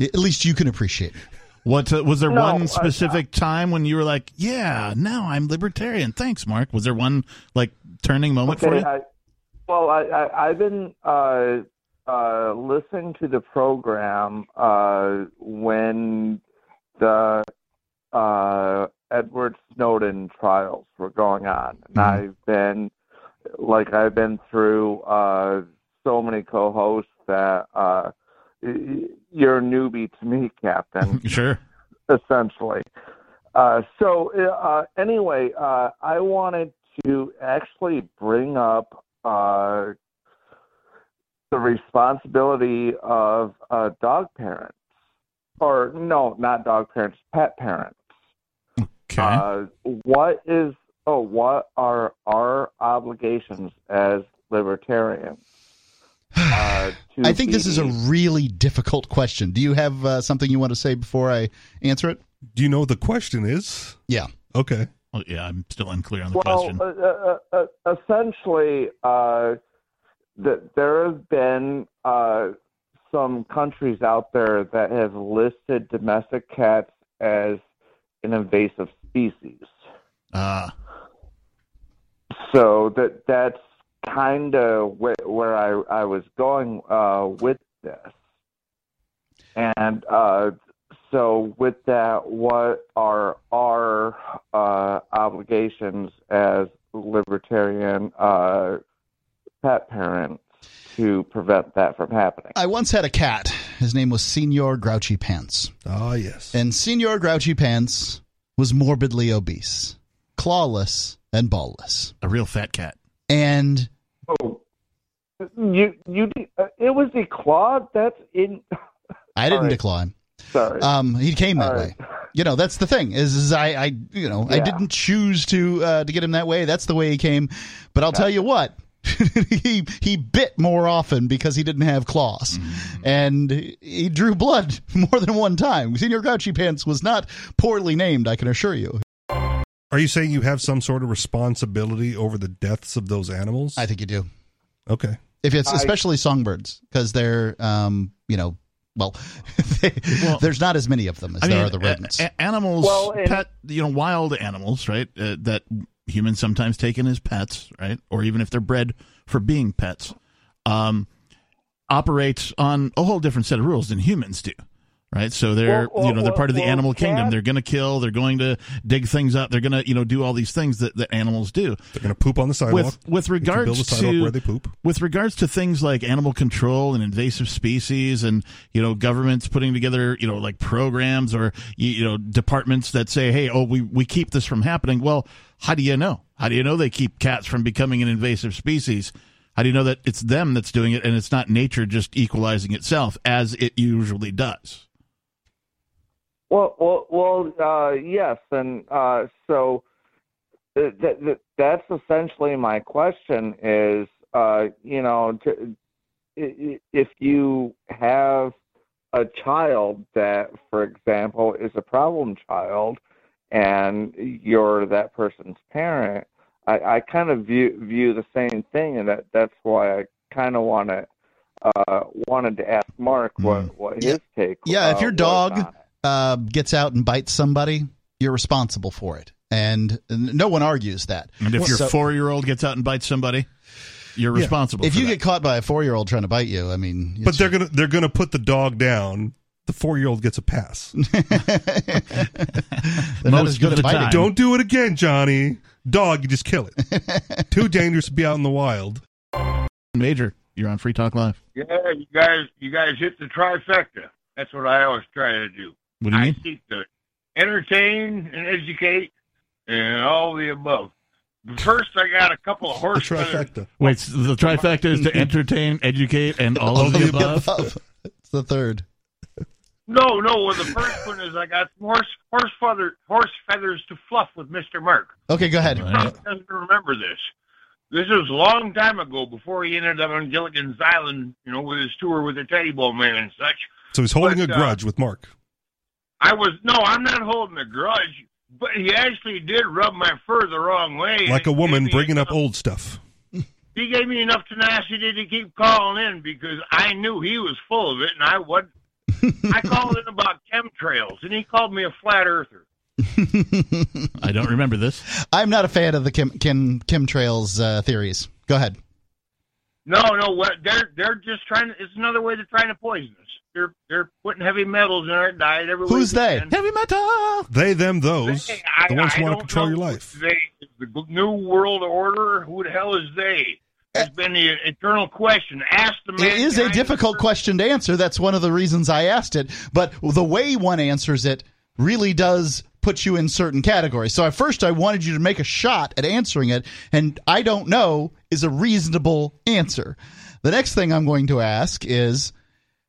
[SPEAKER 4] At least you can appreciate it.
[SPEAKER 2] What uh, was there
[SPEAKER 8] No, uh, I-
[SPEAKER 2] one specific time when you were like, "Yeah, now I'm libertarian." Thanks, Mark. Was there one like turning moment for you?
[SPEAKER 8] I, well, I, I, I've been uh, uh, listening to the program uh, when the uh, Edward Snowden trials were going on,
[SPEAKER 2] Mm-hmm.
[SPEAKER 8] and I've been like I've been through uh, so many co-hosts that uh, y- y- you're a newbie to me, Captain
[SPEAKER 2] sure.
[SPEAKER 8] essentially. Uh, so uh, anyway, uh, I wanted to actually bring up uh, the responsibility of uh, dog parents, or no, not dog parents, pet parents.
[SPEAKER 2] Okay.
[SPEAKER 8] Uh, what is oh, what are our obligations as libertarians? Uh, to
[SPEAKER 4] I think this is a
[SPEAKER 8] be-
[SPEAKER 4] really difficult question. Do you have uh, something you want to say before I answer it?
[SPEAKER 3] Do you know what the question is?
[SPEAKER 4] Yeah.
[SPEAKER 3] Okay.
[SPEAKER 2] Well, yeah, I'm still unclear on the
[SPEAKER 8] well,
[SPEAKER 2] question.
[SPEAKER 8] uh, uh, uh, essentially, uh, th- there have been uh, some countries out there that have listed domestic cats as an invasive species.
[SPEAKER 2] Uh,
[SPEAKER 8] So that that's kind of wh- where I, I was going uh, with this. And uh, so, with that, what are our uh, obligations as libertarian uh, pet parents to prevent that from happening.
[SPEAKER 4] I once had a cat. His name was Senor Grouchy Pants.
[SPEAKER 3] Ah, yes.
[SPEAKER 4] And Senor Grouchy Pants was morbidly obese, clawless, and ballless.
[SPEAKER 2] A real fat cat.
[SPEAKER 4] And
[SPEAKER 8] Oh, you you de- uh, it was declawed. That's in.
[SPEAKER 4] I didn't
[SPEAKER 8] All right.
[SPEAKER 4] declaw him.
[SPEAKER 8] Sorry.
[SPEAKER 4] Um, he came that
[SPEAKER 8] All
[SPEAKER 4] way. You know, that's the thing is, is I, I, you know, I
[SPEAKER 8] Yeah.
[SPEAKER 4] didn't choose to uh, to get him that way. That's the way he came. But I'll tell you what, he he bit more often because he didn't have claws,
[SPEAKER 8] Mm-hmm.
[SPEAKER 4] and he drew blood more than one time. Senior Grouchy Pants was not poorly named, I can assure you.
[SPEAKER 3] Are you saying you have some sort of responsibility over the deaths of those animals?
[SPEAKER 4] I think you do.
[SPEAKER 3] okay.
[SPEAKER 4] if it's
[SPEAKER 8] I-
[SPEAKER 4] especially songbirds because they're um you know well,
[SPEAKER 2] Well,
[SPEAKER 4] there's not as many of them as
[SPEAKER 2] I
[SPEAKER 4] there
[SPEAKER 2] mean,
[SPEAKER 4] are the
[SPEAKER 2] a-
[SPEAKER 4] rodents
[SPEAKER 2] a- animals,
[SPEAKER 8] Well, and-
[SPEAKER 2] pet, you know, wild animals, right? Uh, that humans sometimes take in as pets, right? Or even if they're bred for being pets, um, operates on a whole different set of rules than humans do, right? So they're,
[SPEAKER 8] Well, well,
[SPEAKER 2] you know, they're part of the
[SPEAKER 8] well, well,
[SPEAKER 2] animal kingdom.
[SPEAKER 8] cat-
[SPEAKER 2] They're going to kill. They're going to dig things up. They're going to, you know, do all these things that, that animals do.
[SPEAKER 3] They're going to poop on the sidewalk.
[SPEAKER 2] With with
[SPEAKER 3] If you build a
[SPEAKER 2] regards
[SPEAKER 3] sidewalk
[SPEAKER 2] to
[SPEAKER 3] where they poop.
[SPEAKER 2] with regards to things like animal control and invasive species and you know governments putting together you know like programs or you, you know departments that say hey oh we, we keep this from happening well how do you know how do you know they keep cats from becoming an invasive species how do you know that it's them that's doing it and it's not nature just equalizing itself as it usually does
[SPEAKER 8] Well, well, well uh, yes, and uh, so th- th- th- that's essentially my question: is uh, you know, t- i- i- if you have a child that, for example, is a problem child, and you're that person's parent, I, I kind of view view the same thing, and that that's why I kind of want to. Uh, wanted to ask Mark what, what his take.
[SPEAKER 4] Yeah, if
[SPEAKER 8] uh,
[SPEAKER 4] your
[SPEAKER 8] was
[SPEAKER 4] dog
[SPEAKER 8] on it.
[SPEAKER 4] uh, gets out and bites somebody you're responsible for it and n- no one argues that
[SPEAKER 2] and if your
[SPEAKER 4] So-
[SPEAKER 2] four year old gets out and bites somebody you're
[SPEAKER 3] Yeah.
[SPEAKER 2] responsible
[SPEAKER 4] if
[SPEAKER 2] for
[SPEAKER 4] you
[SPEAKER 2] that.
[SPEAKER 4] get caught by a four-year-old trying to bite you i mean
[SPEAKER 3] But they're going to they're going to put the dog down. The 4-year-old gets a pass.
[SPEAKER 4] they're not
[SPEAKER 2] Most
[SPEAKER 4] as good
[SPEAKER 2] of
[SPEAKER 4] at
[SPEAKER 2] the
[SPEAKER 4] biting
[SPEAKER 2] time.
[SPEAKER 3] Don't do it again, Johnny. Dog, you just kill it. Too dangerous to be out in the wild.
[SPEAKER 2] major you're on free talk live
[SPEAKER 9] Yeah, you guys, you guys hit the trifecta. That's what I always try to do.
[SPEAKER 2] what do you
[SPEAKER 9] I
[SPEAKER 2] mean
[SPEAKER 9] seek to entertain and educate and all the above. First, I got a couple of
[SPEAKER 3] The
[SPEAKER 9] horse feathers.
[SPEAKER 3] trifecta.
[SPEAKER 2] Wait, so the trifecta is to entertain, educate, and all, of the above.
[SPEAKER 4] it's the third
[SPEAKER 9] No, no. Well, the first one is I got some horse horse feather horse feathers to fluff with Mister Mark.
[SPEAKER 4] okay go ahead
[SPEAKER 2] All
[SPEAKER 9] He
[SPEAKER 2] right.
[SPEAKER 9] doesn't remember this. This was a long time ago, before he ended up on Gilligan's Island, you know, with his tour with the Teddy Ball Man and such.
[SPEAKER 3] So he's holding
[SPEAKER 9] But,
[SPEAKER 3] a
[SPEAKER 9] uh,
[SPEAKER 3] grudge with Mark.
[SPEAKER 9] I was no, I'm not holding a grudge, but he actually did rub my fur the wrong way. and
[SPEAKER 3] Like a
[SPEAKER 9] he
[SPEAKER 3] woman
[SPEAKER 9] gave me
[SPEAKER 3] bringing up
[SPEAKER 9] enough-
[SPEAKER 3] old stuff.
[SPEAKER 9] He gave me enough tenacity to keep calling in because I knew he was full of it, and I would. I called in about chemtrails, and he called me a flat earther.
[SPEAKER 2] I don't remember this.
[SPEAKER 4] i'm not a fan of the kim kim chemtrails uh, theories go ahead
[SPEAKER 9] No, no, what they're they're just trying. to- It's another way they're trying to poison us. They're they're putting heavy metals in our diet every
[SPEAKER 4] Who's
[SPEAKER 9] week
[SPEAKER 4] they?
[SPEAKER 9] again.
[SPEAKER 2] Heavy metal.
[SPEAKER 3] They, them, those.
[SPEAKER 9] They, I-
[SPEAKER 3] the ones
[SPEAKER 9] I
[SPEAKER 3] who want
[SPEAKER 9] don't
[SPEAKER 3] to control your
[SPEAKER 9] know.
[SPEAKER 3] life.
[SPEAKER 9] They, the new world order. Who the hell is they? Has been the eternal question. Ask the man.
[SPEAKER 4] It is a
[SPEAKER 9] behind the
[SPEAKER 4] difficult
[SPEAKER 9] curtain.
[SPEAKER 4] question to answer. That's one of the reasons I asked it. But the way one answers it really does put you in certain categories. So at first, I wanted you to make a shot at answering it, and I don't know is a reasonable answer. The next thing I'm going to ask is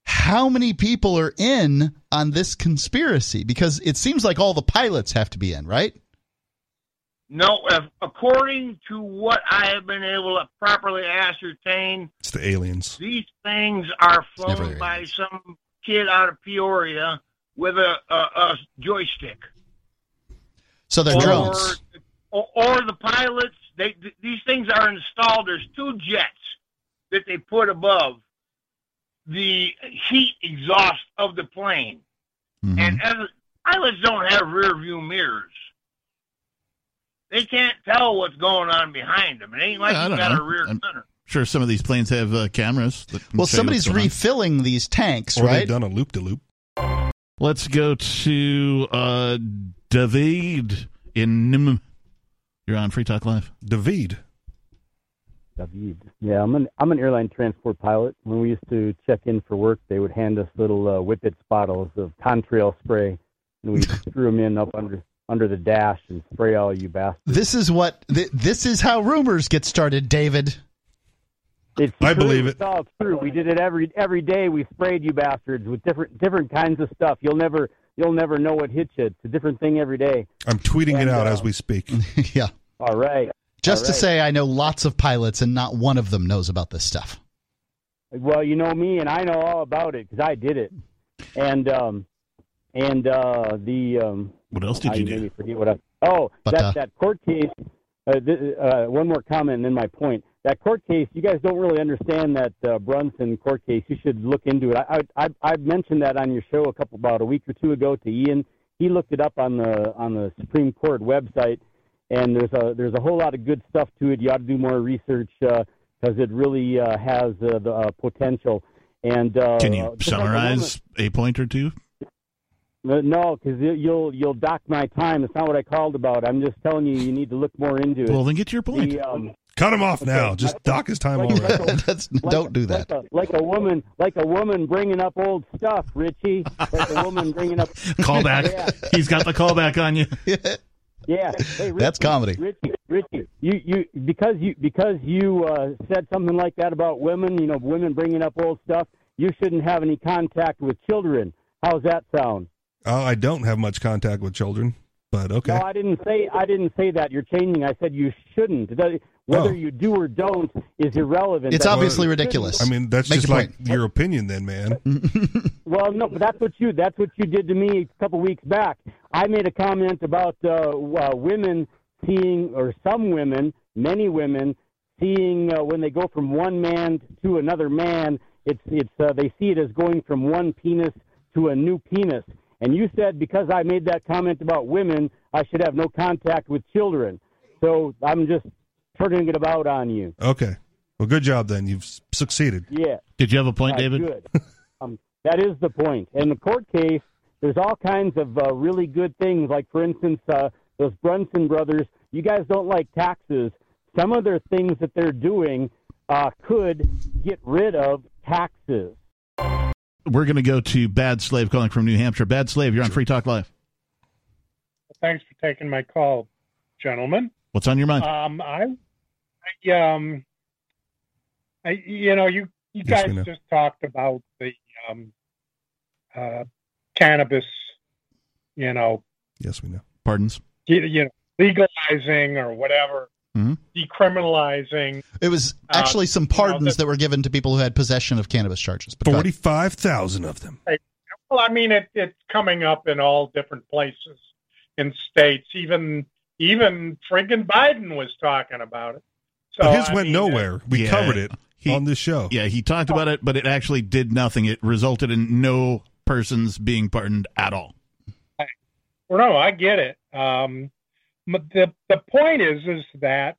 [SPEAKER 4] how many people are in on this conspiracy? Because it seems like all the pilots have to be in, right?
[SPEAKER 9] No, if, according to what I have been able to properly ascertain,
[SPEAKER 3] It's the aliens.
[SPEAKER 9] these things are
[SPEAKER 4] never
[SPEAKER 9] flown
[SPEAKER 4] the
[SPEAKER 9] by
[SPEAKER 4] aliens.
[SPEAKER 9] some kid out of Peoria with a, a, a joystick.
[SPEAKER 4] So they're
[SPEAKER 9] or,
[SPEAKER 4] drones.
[SPEAKER 9] Or, or the pilots. They th- these things are installed. There's two jets that they put above the heat exhaust of the plane,
[SPEAKER 2] Mm-hmm.
[SPEAKER 9] and as, pilots don't have rear view mirrors. They can't tell what's going on behind them. It ain't like
[SPEAKER 2] Yeah, I
[SPEAKER 9] you
[SPEAKER 2] don't
[SPEAKER 9] got
[SPEAKER 2] know.
[SPEAKER 9] a rear
[SPEAKER 2] I'm-
[SPEAKER 9] center.
[SPEAKER 2] Sure, some of these planes have uh, cameras. that can
[SPEAKER 4] Well,
[SPEAKER 2] show
[SPEAKER 4] somebody's
[SPEAKER 2] what's going on.
[SPEAKER 4] refilling these tanks,
[SPEAKER 3] Or
[SPEAKER 4] right?
[SPEAKER 3] they've done a loop de loop.
[SPEAKER 2] Let's go to uh, David in Nim. You're on Free Talk Live.
[SPEAKER 3] David.
[SPEAKER 10] David. Yeah, I'm an I'm an airline transport pilot. When we used to check in for work, they would hand us little uh, whippets bottles of contrail spray, and we threw them in up under under the dash and spray all you bastards.
[SPEAKER 4] This is what th- this is how rumors get started, David.
[SPEAKER 10] It's
[SPEAKER 3] I
[SPEAKER 10] true.
[SPEAKER 3] believe it.
[SPEAKER 10] It's all true. We did it every every day. We sprayed you bastards with different different kinds of stuff. You'll never you'll never know what hit you. It's a different thing every day.
[SPEAKER 3] I'm tweeting it
[SPEAKER 10] And,
[SPEAKER 3] out
[SPEAKER 10] uh,
[SPEAKER 3] as we speak.
[SPEAKER 4] yeah.
[SPEAKER 10] All right.
[SPEAKER 4] Just
[SPEAKER 10] All
[SPEAKER 4] to
[SPEAKER 10] right.
[SPEAKER 4] say, I know lots of pilots, and not one of them knows about this stuff.
[SPEAKER 10] Well, you know me, and I know all about it because I did it. And um, and uh, the um,
[SPEAKER 2] What else did
[SPEAKER 10] I
[SPEAKER 2] you
[SPEAKER 10] made
[SPEAKER 2] do?
[SPEAKER 10] me forget what I. Oh,
[SPEAKER 4] But,
[SPEAKER 10] that
[SPEAKER 4] uh,
[SPEAKER 10] that court case. Uh, th- uh, one more comment, and then my point. That court case, you guys don't really understand that uh, Brunson court case. You should look into it. I, I I I mentioned that on your show a couple about a week or two ago to Ian. He looked it up on the on the Supreme Court website, and there's a there's a whole lot of good stuff to it. You ought to do more research because it really uh, has uh, the uh, potential. And uh,
[SPEAKER 2] Can
[SPEAKER 10] uh,
[SPEAKER 2] you
[SPEAKER 10] just like the woman-
[SPEAKER 2] summarize a point or two?
[SPEAKER 10] uh, No, because you'll you'll dock my time. It's not what I called about. I'm just telling you, you need to look more into it.
[SPEAKER 2] Well, then get to your point.
[SPEAKER 10] The, um,
[SPEAKER 3] Cut him off now.
[SPEAKER 10] Okay.
[SPEAKER 3] Just dock his time
[SPEAKER 10] Like-
[SPEAKER 3] already.
[SPEAKER 4] That's,
[SPEAKER 10] like-
[SPEAKER 4] don't do that.
[SPEAKER 10] Like a, like a woman, like a woman bringing up old stuff, Richie. Like a woman bringing up.
[SPEAKER 2] Call back.
[SPEAKER 10] Yeah.
[SPEAKER 2] He's got the call back on you.
[SPEAKER 10] Yeah, hey, Richie,
[SPEAKER 4] That's comedy.
[SPEAKER 10] Richie, Richie, you you because you because you uh, said something like that about women. You know, women bringing up old stuff. You shouldn't have any contact with children. How's that sound?
[SPEAKER 3] Uh, I don't have much contact with children, but okay.
[SPEAKER 10] No, I didn't say I didn't say that. You're changing. I said you shouldn't. It doesn't- Whether
[SPEAKER 3] Oh.
[SPEAKER 10] you do or don't is irrelevant.
[SPEAKER 4] It's
[SPEAKER 10] That's-
[SPEAKER 4] obviously
[SPEAKER 3] Well,
[SPEAKER 4] ridiculous.
[SPEAKER 3] I mean, that's
[SPEAKER 4] Make
[SPEAKER 3] just
[SPEAKER 4] your
[SPEAKER 3] like your opinion, then, man.
[SPEAKER 10] Well, no, but that's what you that's what you did to me a couple weeks back. I made a comment about uh, w- uh, women seeing, or some women, many women seeing uh, when they go from one man to another man. It's it's uh, they see it as going from one penis to a new penis. And you said because I made that comment about women, I should have no contact with children. So I'm just turning it about on you.
[SPEAKER 3] Okay. Well, good job then. You've s- succeeded.
[SPEAKER 10] Yeah.
[SPEAKER 2] Did you have a point,
[SPEAKER 10] Yeah,
[SPEAKER 2] David?
[SPEAKER 10] Good. um, that is the point. In the court case, there's all kinds of uh, really good things. Like, for instance, uh, those Brunson brothers, you guys don't like taxes. Some of their things that they're doing uh, could get rid of taxes.
[SPEAKER 2] We're going to go to Bad Slave calling from New Hampshire. Bad Slave, you're on Free Talk Live.
[SPEAKER 11] Thanks for taking my call, gentlemen.
[SPEAKER 2] What's on your mind?
[SPEAKER 11] Um, I, I um, I you know you you
[SPEAKER 3] Yes,
[SPEAKER 11] guys
[SPEAKER 3] we know.
[SPEAKER 11] just talked about the um, uh, cannabis, you know,
[SPEAKER 3] Yes, we know.
[SPEAKER 2] Pardons.
[SPEAKER 11] you, you know, legalizing or whatever,
[SPEAKER 3] Hmm?
[SPEAKER 2] Mhm.
[SPEAKER 11] decriminalizing.
[SPEAKER 4] Hmm. It was
[SPEAKER 11] Uh,
[SPEAKER 4] actually some
[SPEAKER 11] you know,
[SPEAKER 4] pardons
[SPEAKER 11] that's-
[SPEAKER 4] that were given to people who had possession of cannabis charges. But go ahead.
[SPEAKER 3] 45,000 of them.
[SPEAKER 11] Well, I mean, it, it's coming up in all different places, in states. Even even friggin' Biden was talking about it. So
[SPEAKER 3] But his
[SPEAKER 11] Oh, I
[SPEAKER 3] went
[SPEAKER 11] mean, uh,
[SPEAKER 3] nowhere. We
[SPEAKER 2] Yeah.
[SPEAKER 3] covered it
[SPEAKER 2] He-
[SPEAKER 3] on this show.
[SPEAKER 2] Yeah, he talked about it, but it actually did nothing. It resulted in no persons being pardoned at all.
[SPEAKER 11] Well, no, I get it. Um, but the the point is, is that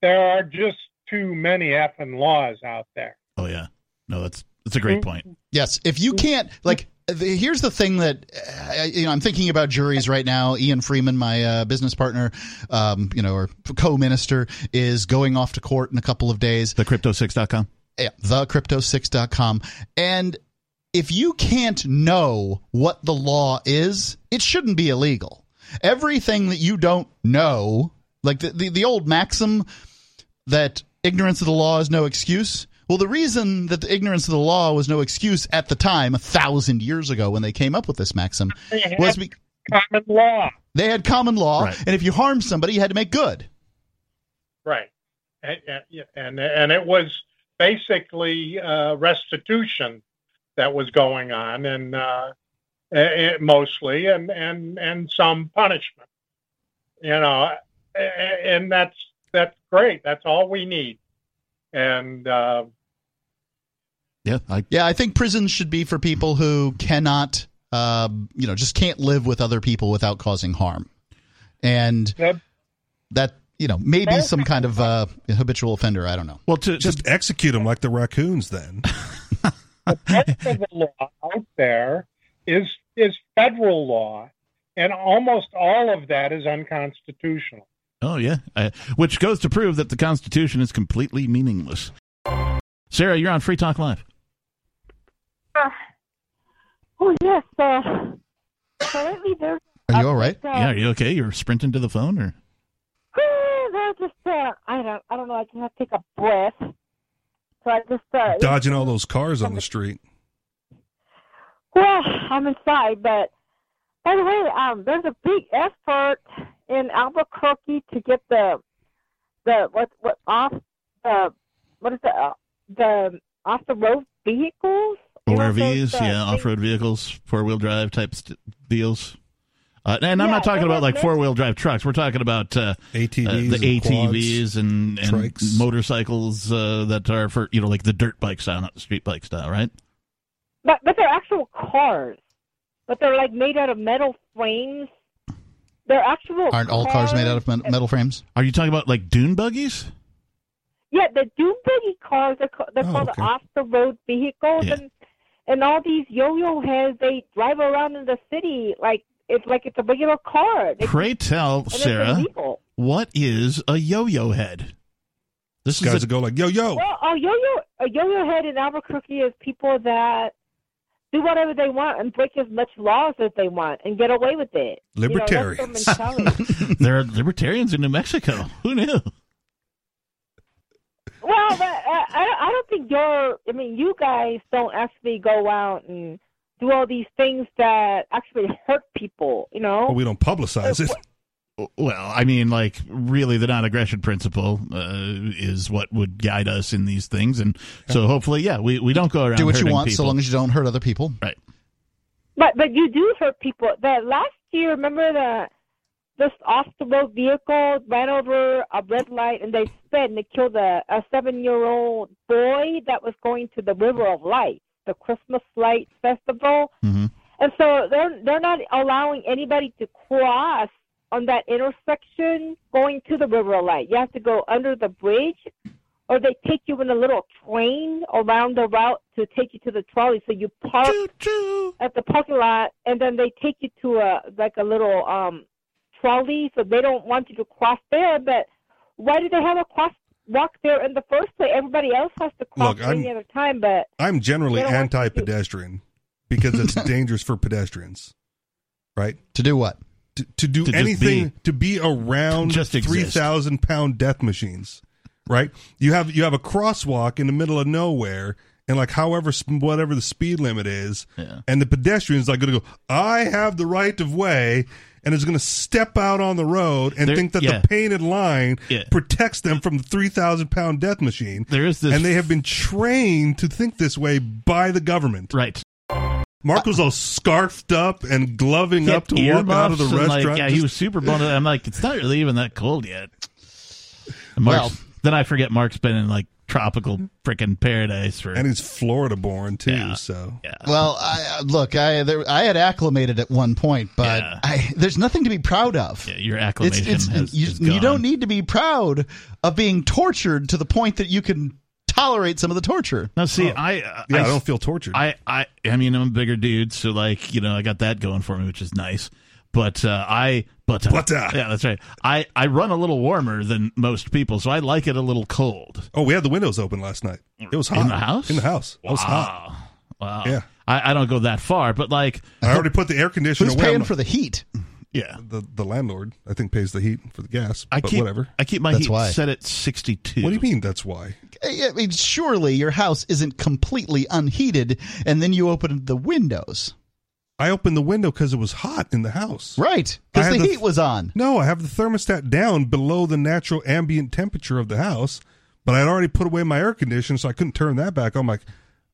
[SPEAKER 11] there are just too many effing laws out there.
[SPEAKER 2] Oh yeah, no, that's that's a
[SPEAKER 11] Mm.
[SPEAKER 2] great point.
[SPEAKER 4] Yes, if you can't like. The, here's the thing that uh, you know. I'm thinking about juries right now. Ian Freeman, my uh, business partner, um, you know, or co-minister, is going off to court in a couple of days.
[SPEAKER 2] The crypto6.com.
[SPEAKER 4] Yeah, thecrypto6.com. And if you can't know what the law is, it shouldn't be illegal. Everything that you don't know, like the, the, the old maxim that ignorance of the law is no excuse. Well, the reason that the ignorance of the law was no excuse at the time, a thousand years ago when they came up with this maxim,
[SPEAKER 11] They have
[SPEAKER 4] was be-
[SPEAKER 11] common law,
[SPEAKER 4] they had common law,
[SPEAKER 2] Right.
[SPEAKER 4] and if you harmed somebody, you had to make good.
[SPEAKER 11] right? And and, and it was basically uh, restitution that was going on, and uh, eh, eh, mostly, and and and some punishment. You know, eh, eh, and that's that's great. That's all we need. And uh,
[SPEAKER 2] Yeah, I
[SPEAKER 4] Yeah, I think prisons should be for people who cannot, um, you know, just can't live with other people without causing harm, and
[SPEAKER 11] Yep.
[SPEAKER 4] that you know maybe some kind of uh, habitual offender. I don't know.
[SPEAKER 2] well to,
[SPEAKER 3] Just execute them like the raccoons then.
[SPEAKER 11] part of the law out there is is federal law, and almost all of that is unconstitutional.
[SPEAKER 2] Oh, yeah. I, which goes to prove that the Constitution is completely meaningless. Sarah, you're on Free Talk Live.
[SPEAKER 12] Uh, oh yes. Uh, currently, there's
[SPEAKER 4] Are you all right?
[SPEAKER 12] uh,
[SPEAKER 2] yeah, are you okay? You're sprinting to the phone, or
[SPEAKER 12] they're just uh, I don't I don't know. I can't take a breath. So I just uh,
[SPEAKER 3] Dodging all those cars on the street.
[SPEAKER 12] Well, I'm inside, but by the way, um, there's a big effort in Albuquerque to get the the what what off the what is it uh, the off the road vehicles.
[SPEAKER 2] ORVs? Yeah, off-road vehicles, four-wheel drive type st- deals. Uh, and I'm
[SPEAKER 12] Yeah,
[SPEAKER 2] not talking
[SPEAKER 12] they
[SPEAKER 2] about
[SPEAKER 12] were
[SPEAKER 2] like
[SPEAKER 12] mixed.
[SPEAKER 2] four-wheel drive trucks. We're talking about uh, ATVs, the
[SPEAKER 3] and
[SPEAKER 2] ATVs, and, and
[SPEAKER 3] trikes.
[SPEAKER 2] motorcycles uh, that are for you know like the dirt bike style, not the street bike style, right?
[SPEAKER 12] But but they're actual cars, but they're like made out of metal frames. They're actual
[SPEAKER 4] Aren't all cars made out of men- metal frames?
[SPEAKER 2] Are you talking about like dune buggies?
[SPEAKER 12] Yeah, the dune buggy cars are ca- they're
[SPEAKER 2] Oh,
[SPEAKER 12] called
[SPEAKER 2] okay.
[SPEAKER 12] off the road vehicles,
[SPEAKER 2] Yeah.
[SPEAKER 12] and and all these yo-yo heads they drive around in the city like it's like it's a regular car. They-
[SPEAKER 2] Pray tell,
[SPEAKER 12] and it's
[SPEAKER 2] Sarah,
[SPEAKER 12] illegal.
[SPEAKER 2] what is a yo-yo head? This
[SPEAKER 3] Guys
[SPEAKER 2] is a,
[SPEAKER 3] that go like yo yo.
[SPEAKER 12] Well, a yo-yo a yo-yo head in Albuquerque is people that do whatever they want and break as much laws as they want and get away with it. You know, that's their
[SPEAKER 2] Libertarians.
[SPEAKER 12] mentality.
[SPEAKER 2] there are libertarians in New Mexico. Who knew?
[SPEAKER 12] well, but, uh, I don't- I don't think you're. I mean, you guys don't actually go out and do all these things that actually hurt people. You know.
[SPEAKER 3] Well, we don't publicize it.
[SPEAKER 2] Well, I mean, like, really, the non aggression principle uh, is what would guide us in these things. And so hopefully, yeah, we, we don't go around
[SPEAKER 4] Do what you
[SPEAKER 2] hurting
[SPEAKER 4] want so
[SPEAKER 2] people.
[SPEAKER 4] long as you don't hurt other people.
[SPEAKER 2] Right.
[SPEAKER 12] But but you do hurt people. The last year, remember the this off the road vehicle ran over a red light and they sped and they killed a, a seven year old boy that was going to the River of Lights, the Christmas Lights Festival. And so they're they're not allowing anybody to cross on that intersection going to the River of Light. You have to go under the bridge or they take you in a little train around the route to take you to the trolley. So you park at the parking lot, and then they take you to a like a little um trolley. So they don't want you to cross there. But why do they have a cross walk there in the first place? Everybody else has to cross
[SPEAKER 3] Look,
[SPEAKER 12] at any
[SPEAKER 3] I'm-
[SPEAKER 12] other time. But
[SPEAKER 3] I'm generally
[SPEAKER 12] They don't want
[SPEAKER 3] anti pedestrian because it's dangerous for pedestrians. Right?
[SPEAKER 4] To do what?
[SPEAKER 3] To, to do
[SPEAKER 2] To just
[SPEAKER 3] anything
[SPEAKER 2] be.
[SPEAKER 3] to be around
[SPEAKER 2] Just exist.
[SPEAKER 3] three thousand pound death machines. Right? You have you have a crosswalk in the middle of nowhere and like however sp- whatever the speed limit is
[SPEAKER 2] Yeah.
[SPEAKER 3] and the pedestrians like gonna go, I have the right of way and is gonna step out on the road and
[SPEAKER 2] There-
[SPEAKER 3] think that
[SPEAKER 2] yeah.
[SPEAKER 3] the painted line
[SPEAKER 2] Yeah.
[SPEAKER 3] protects them from the three thousand pound death machine.
[SPEAKER 2] There is this.
[SPEAKER 3] and they have been trained to think this way by the government.
[SPEAKER 2] right.
[SPEAKER 3] Marco's all scarfed up and gloving up to
[SPEAKER 2] He had
[SPEAKER 3] walk out of the
[SPEAKER 2] earmuffs and, Like,
[SPEAKER 3] restaurant.
[SPEAKER 2] yeah, he
[SPEAKER 3] Just-
[SPEAKER 2] was super bundled. I'm like, it's not really even that cold yet. And Mark's,
[SPEAKER 4] Well-
[SPEAKER 2] then I forget Mark's been in like tropical freaking paradise for.
[SPEAKER 3] and he's Florida born too,
[SPEAKER 2] Yeah.
[SPEAKER 3] so
[SPEAKER 2] yeah.
[SPEAKER 4] Well, I, I- look, I there, I had acclimated at one point, but
[SPEAKER 2] Yeah.
[SPEAKER 4] I, there's nothing to be proud of.
[SPEAKER 2] yeah, your
[SPEAKER 4] It's,
[SPEAKER 2] acclimation
[SPEAKER 4] it's,
[SPEAKER 2] has,
[SPEAKER 4] you,
[SPEAKER 2] is
[SPEAKER 4] you
[SPEAKER 2] gone.
[SPEAKER 4] don't need to be proud of being tortured to the point that you can tolerate some of the torture.
[SPEAKER 2] Now, see,
[SPEAKER 3] Oh.
[SPEAKER 2] I,
[SPEAKER 3] yeah, I,
[SPEAKER 2] I
[SPEAKER 3] don't feel tortured.
[SPEAKER 2] I, I I mean I'm a bigger dude, so like you know I got that going for me, which is nice. But uh, I but uh,
[SPEAKER 3] But, uh,
[SPEAKER 2] yeah, that's right. I I run a little warmer than most people, so I like it a little cold.
[SPEAKER 3] oh, we had the windows open last night. It was hot
[SPEAKER 2] In the house?
[SPEAKER 3] In the house, it was hot.
[SPEAKER 2] Wow. Wow.
[SPEAKER 3] Yeah.
[SPEAKER 2] I, I don't go that far, but like
[SPEAKER 3] I already put the air conditioner
[SPEAKER 4] Who's
[SPEAKER 3] away.
[SPEAKER 4] paying
[SPEAKER 3] I'm-
[SPEAKER 4] for the heat?
[SPEAKER 2] yeah,
[SPEAKER 3] the the landlord? I think pays the heat for the gas.
[SPEAKER 2] I
[SPEAKER 3] but
[SPEAKER 2] keep
[SPEAKER 3] whatever.
[SPEAKER 2] I keep my
[SPEAKER 4] That's
[SPEAKER 2] heat
[SPEAKER 4] why.
[SPEAKER 2] set at 62.
[SPEAKER 3] What do you mean? That's why.
[SPEAKER 4] I I mean, surely your house isn't completely unheated, and then you open the windows,
[SPEAKER 3] I opened the window because it was hot in the house.
[SPEAKER 4] right?
[SPEAKER 3] I
[SPEAKER 4] Because
[SPEAKER 3] had
[SPEAKER 4] the,
[SPEAKER 3] the-
[SPEAKER 4] heat was on.
[SPEAKER 3] No, I have the thermostat down below the natural ambient temperature of the house, but I'd already put away my air conditioner, so I couldn't turn that back. I'm like,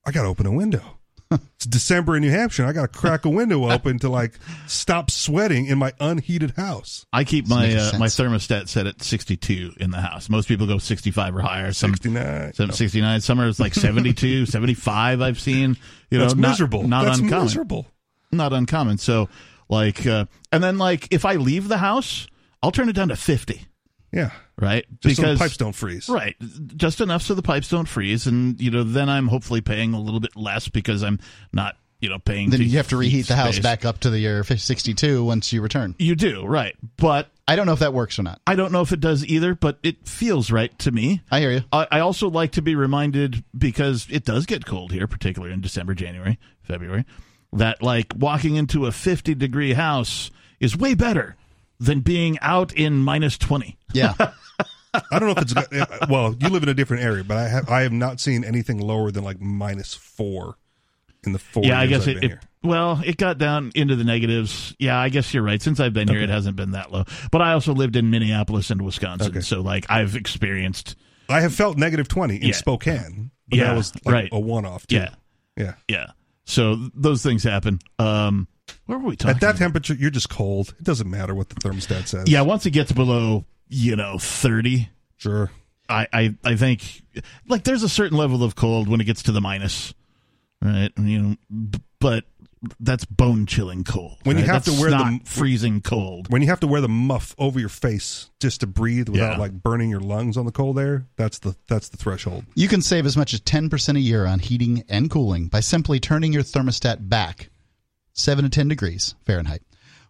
[SPEAKER 3] I got to open a window. it's December in New Hampshire. and I got to crack a window open to like stop sweating in my unheated house.
[SPEAKER 2] I keep my
[SPEAKER 4] making
[SPEAKER 2] uh, my
[SPEAKER 4] sense.
[SPEAKER 2] thermostat set at 62 in the house. Most people go 65 or higher. Some
[SPEAKER 3] 69.
[SPEAKER 2] Some 69. Some are like 72, 75 I've seen. You know,
[SPEAKER 3] That's
[SPEAKER 2] not-
[SPEAKER 3] miserable.
[SPEAKER 2] Not
[SPEAKER 3] That's
[SPEAKER 2] uncommon.
[SPEAKER 3] miserable.
[SPEAKER 2] Not uncommon. So, like, uh, and then, like, if I leave the house, I'll turn it down to 50,
[SPEAKER 3] Yeah.
[SPEAKER 2] right?
[SPEAKER 3] Just so the pipes don't freeze.
[SPEAKER 2] Right. Just enough so the pipes don't freeze. And, you know, then I'm hopefully paying a little bit less because I'm not, you know, paying.
[SPEAKER 4] Then
[SPEAKER 2] to
[SPEAKER 4] you have to reheat
[SPEAKER 2] heat
[SPEAKER 4] the house
[SPEAKER 2] space.
[SPEAKER 4] back up to the year 62 once you return.
[SPEAKER 2] You do, right. But
[SPEAKER 4] I don't know if that works or not.
[SPEAKER 2] I don't know if it does either, but it feels right to me.
[SPEAKER 4] I hear you.
[SPEAKER 2] I, I also like to be reminded because it does get cold here, particularly in December, January, February, that like walking into a 50 degree house is way better than being out in minus 20.
[SPEAKER 4] Yeah.
[SPEAKER 3] I don't know if it's uh, well. You live in a different area, but I have I have not seen anything lower than like minus four in the four.
[SPEAKER 2] yeah, I
[SPEAKER 3] years
[SPEAKER 2] guess
[SPEAKER 3] I've
[SPEAKER 2] it,
[SPEAKER 3] been
[SPEAKER 2] it. Well, it got down into the negatives. Yeah, I guess you're right. Since I've been here, it hasn't been that low. But I also lived in Minneapolis and Wisconsin, so like I've experienced.
[SPEAKER 3] I have felt negative twenty in
[SPEAKER 2] Yeah.
[SPEAKER 3] Spokane. But
[SPEAKER 2] Yeah,
[SPEAKER 3] that was like
[SPEAKER 2] right.
[SPEAKER 3] a one off.
[SPEAKER 2] Yeah,
[SPEAKER 3] yeah,
[SPEAKER 2] yeah. So th- those things happen. Um, where were we talking?
[SPEAKER 3] At that temperature, you're just cold. It doesn't matter what the thermostat says.
[SPEAKER 2] Yeah, once it gets below, you know, 30.
[SPEAKER 3] Sure.
[SPEAKER 2] I, I, I think, like, there's a certain level of cold when it gets to the minus, right? You know, b- but that's bone chilling cold.
[SPEAKER 3] When you
[SPEAKER 2] right?
[SPEAKER 3] have to
[SPEAKER 2] That's
[SPEAKER 3] wear the-
[SPEAKER 2] not freezing cold.
[SPEAKER 3] When you have to wear the muff over your face just to breathe without
[SPEAKER 4] Yeah.
[SPEAKER 3] like burning your lungs on the cold air, that's the that's the threshold.
[SPEAKER 4] You can save as much as 10% a year on heating and cooling by simply turning your thermostat back 7 to 10 degrees Fahrenheit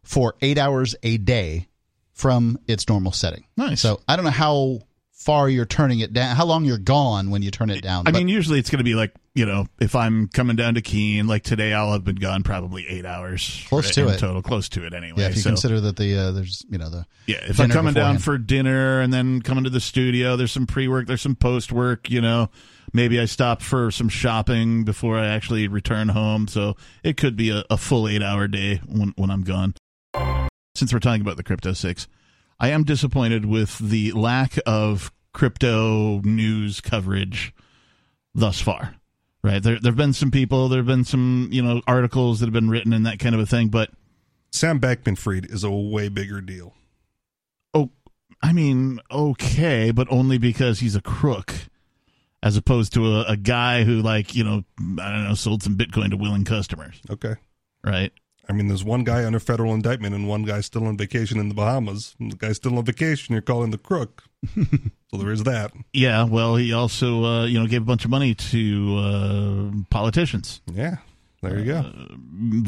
[SPEAKER 4] for 8 hours a day from its normal setting.
[SPEAKER 2] Nice.
[SPEAKER 4] So I don't know how far you're turning it down, how long you're gone when you turn it down.
[SPEAKER 2] I
[SPEAKER 4] but-
[SPEAKER 2] mean, usually it's going to be like, you know, if I'm coming down to Keene, like today, I'll have been gone probably eight hours.
[SPEAKER 4] Close
[SPEAKER 2] right,
[SPEAKER 4] to
[SPEAKER 2] in
[SPEAKER 4] it.
[SPEAKER 2] Total, close to it anyway.
[SPEAKER 4] yeah, if you
[SPEAKER 2] so-
[SPEAKER 4] consider that the uh, there's, you know, the
[SPEAKER 2] Yeah, if I'm
[SPEAKER 4] dinner
[SPEAKER 2] coming down
[SPEAKER 4] beforehand.
[SPEAKER 2] for dinner and then coming to the studio, there's some pre work, there's some post work, you know. Maybe I stop for some shopping before I actually return home. So it could be a, a full eight hour day when, when I'm gone. Since we're talking about the Crypto 6, I am disappointed with the lack of crypto news coverage thus far. Right. There there have been some people, there have been some, you know, articles that have been written and that kind of a thing, but
[SPEAKER 3] Sam Bankman Fried is a way bigger deal.
[SPEAKER 2] oh i mean okay but only because he's a crook as opposed to a, a guy who like you know i don't know sold some bitcoin to willing customers
[SPEAKER 3] Okay.
[SPEAKER 2] right
[SPEAKER 3] I mean, there's one guy under federal indictment and one guy still on vacation in the Bahamas. And the guy's still on vacation. You're calling the crook. so there is that.
[SPEAKER 2] yeah well he also uh, you know gave a bunch of money to uh, politicians Uh,
[SPEAKER 3] yeah there you go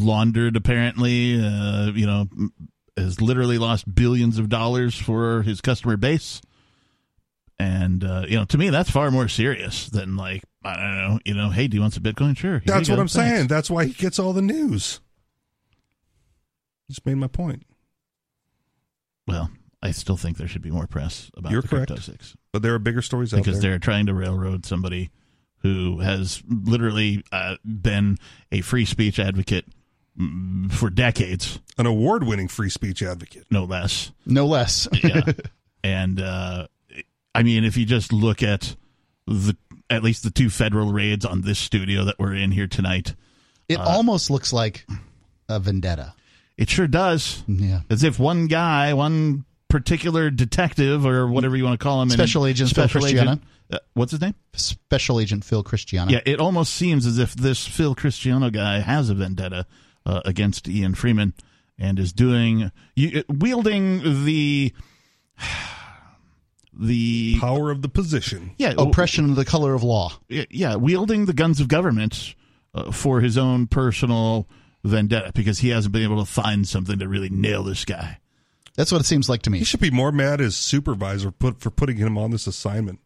[SPEAKER 2] laundered apparently uh, you know m- has literally lost billions of dollars for his customer base and uh, you know to me that's far more serious than like i don't know you know hey do you want some bitcoin sure here
[SPEAKER 3] That's
[SPEAKER 2] you
[SPEAKER 3] what
[SPEAKER 2] go.
[SPEAKER 3] I'm
[SPEAKER 2] Thanks.
[SPEAKER 3] saying. That's why he gets all the news. Just made my point.
[SPEAKER 2] Well, I still think there should be more press about
[SPEAKER 3] You're
[SPEAKER 2] the
[SPEAKER 3] correct.
[SPEAKER 2] Crypto Six
[SPEAKER 3] But there are bigger stories out
[SPEAKER 2] because
[SPEAKER 3] there.
[SPEAKER 2] they're trying to railroad somebody who has literally uh, been a free speech advocate mm, for decades,
[SPEAKER 3] an award-winning free speech advocate,
[SPEAKER 2] no less.
[SPEAKER 4] no less.
[SPEAKER 2] Yeah, and uh, I mean, if you just look at the at least the two federal raids on this studio that we're in here tonight, uh,
[SPEAKER 4] It almost looks like a vendetta.
[SPEAKER 2] It sure does.
[SPEAKER 4] Yeah.
[SPEAKER 2] As if one guy, one particular detective or whatever you want to call him, in-
[SPEAKER 4] Special Agent Phil Cristiano.
[SPEAKER 2] uh, what's his name?
[SPEAKER 4] Special Agent Phil Cristiano.
[SPEAKER 2] Yeah, it almost seems as if this Phil Cristiano guy has a vendetta uh, against Ian Freeman and is doing you, uh, wielding the the
[SPEAKER 3] power of the position.
[SPEAKER 2] Yeah,
[SPEAKER 4] Oppression of the color of law.
[SPEAKER 2] yeah, wielding the guns of government uh, for his own personal vendetta because he hasn't been able to find something to really nail this guy.
[SPEAKER 4] That's what it seems like to me.
[SPEAKER 3] He should be more mad at his supervisor put, for putting him on this assignment.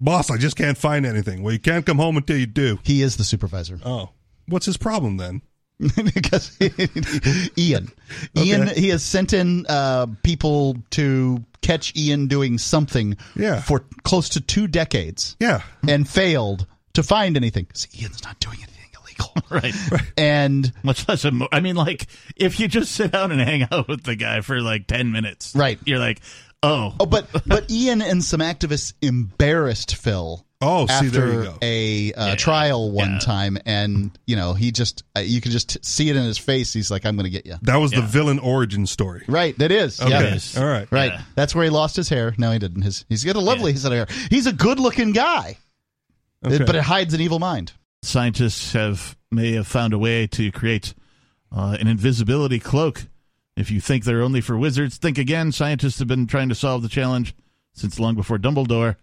[SPEAKER 3] Boss, I just can't find anything. Well, you can't come home until you do.
[SPEAKER 4] He is the supervisor.
[SPEAKER 3] Oh, what's his problem then?
[SPEAKER 4] because Ian, Ian, he has sent in uh, people to catch Ian doing something
[SPEAKER 3] Yeah.
[SPEAKER 4] for close to two decades.
[SPEAKER 3] Yeah,
[SPEAKER 4] and failed to find anything because Ian's not doing anything illegal.
[SPEAKER 2] Right.
[SPEAKER 4] And
[SPEAKER 2] Much less, emo- I mean, like if you just sit down and hang out with the guy for like ten minutes,
[SPEAKER 4] Right.
[SPEAKER 2] You're like, oh,
[SPEAKER 4] oh, but but Ian and some activists embarrassed Phil.
[SPEAKER 3] Oh,
[SPEAKER 4] after
[SPEAKER 3] see, there you go.
[SPEAKER 4] a uh, trial one time, and you know he just uh, you could just see it in his face. He's like, "I'm going to get you."
[SPEAKER 3] That was the villain origin story.
[SPEAKER 4] Right, that is.
[SPEAKER 3] Okay,
[SPEAKER 4] Yeah.
[SPEAKER 3] all right.
[SPEAKER 4] Right.
[SPEAKER 2] Yeah.
[SPEAKER 4] That's where he lost his hair. No, he didn't. His he's got a lovely set of hair. He's a good looking guy. It-
[SPEAKER 3] Okay.
[SPEAKER 4] but it hides an evil mind.
[SPEAKER 2] scientists have may have found a way to create uh, an invisibility cloak. If you think they're only for wizards, think again. Scientists have been trying to solve the challenge since long before Dumbledore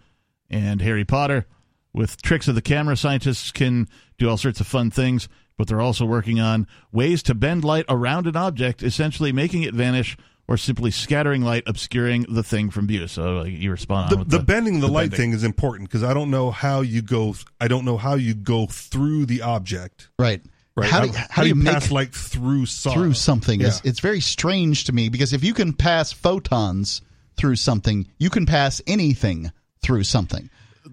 [SPEAKER 2] and Harry Potter. With tricks of the camera, scientists can do all sorts of fun things, but they're also working on ways to bend light around an object, essentially making it vanish or simply scattering light obscuring the thing from view. So like, you were spot on.
[SPEAKER 3] the,
[SPEAKER 2] with
[SPEAKER 3] the bending the, light
[SPEAKER 2] bending.
[SPEAKER 3] thing is important because I don't know how you go. I don't know how you go through the object.
[SPEAKER 4] Right.
[SPEAKER 3] Right.
[SPEAKER 4] How do,
[SPEAKER 3] How-
[SPEAKER 4] how
[SPEAKER 3] how
[SPEAKER 4] do you,
[SPEAKER 3] you
[SPEAKER 4] make
[SPEAKER 3] pass light through some-
[SPEAKER 4] through something? Is,
[SPEAKER 3] Yeah.
[SPEAKER 4] it's very strange to me because if you can pass photons through something, you can pass anything through something.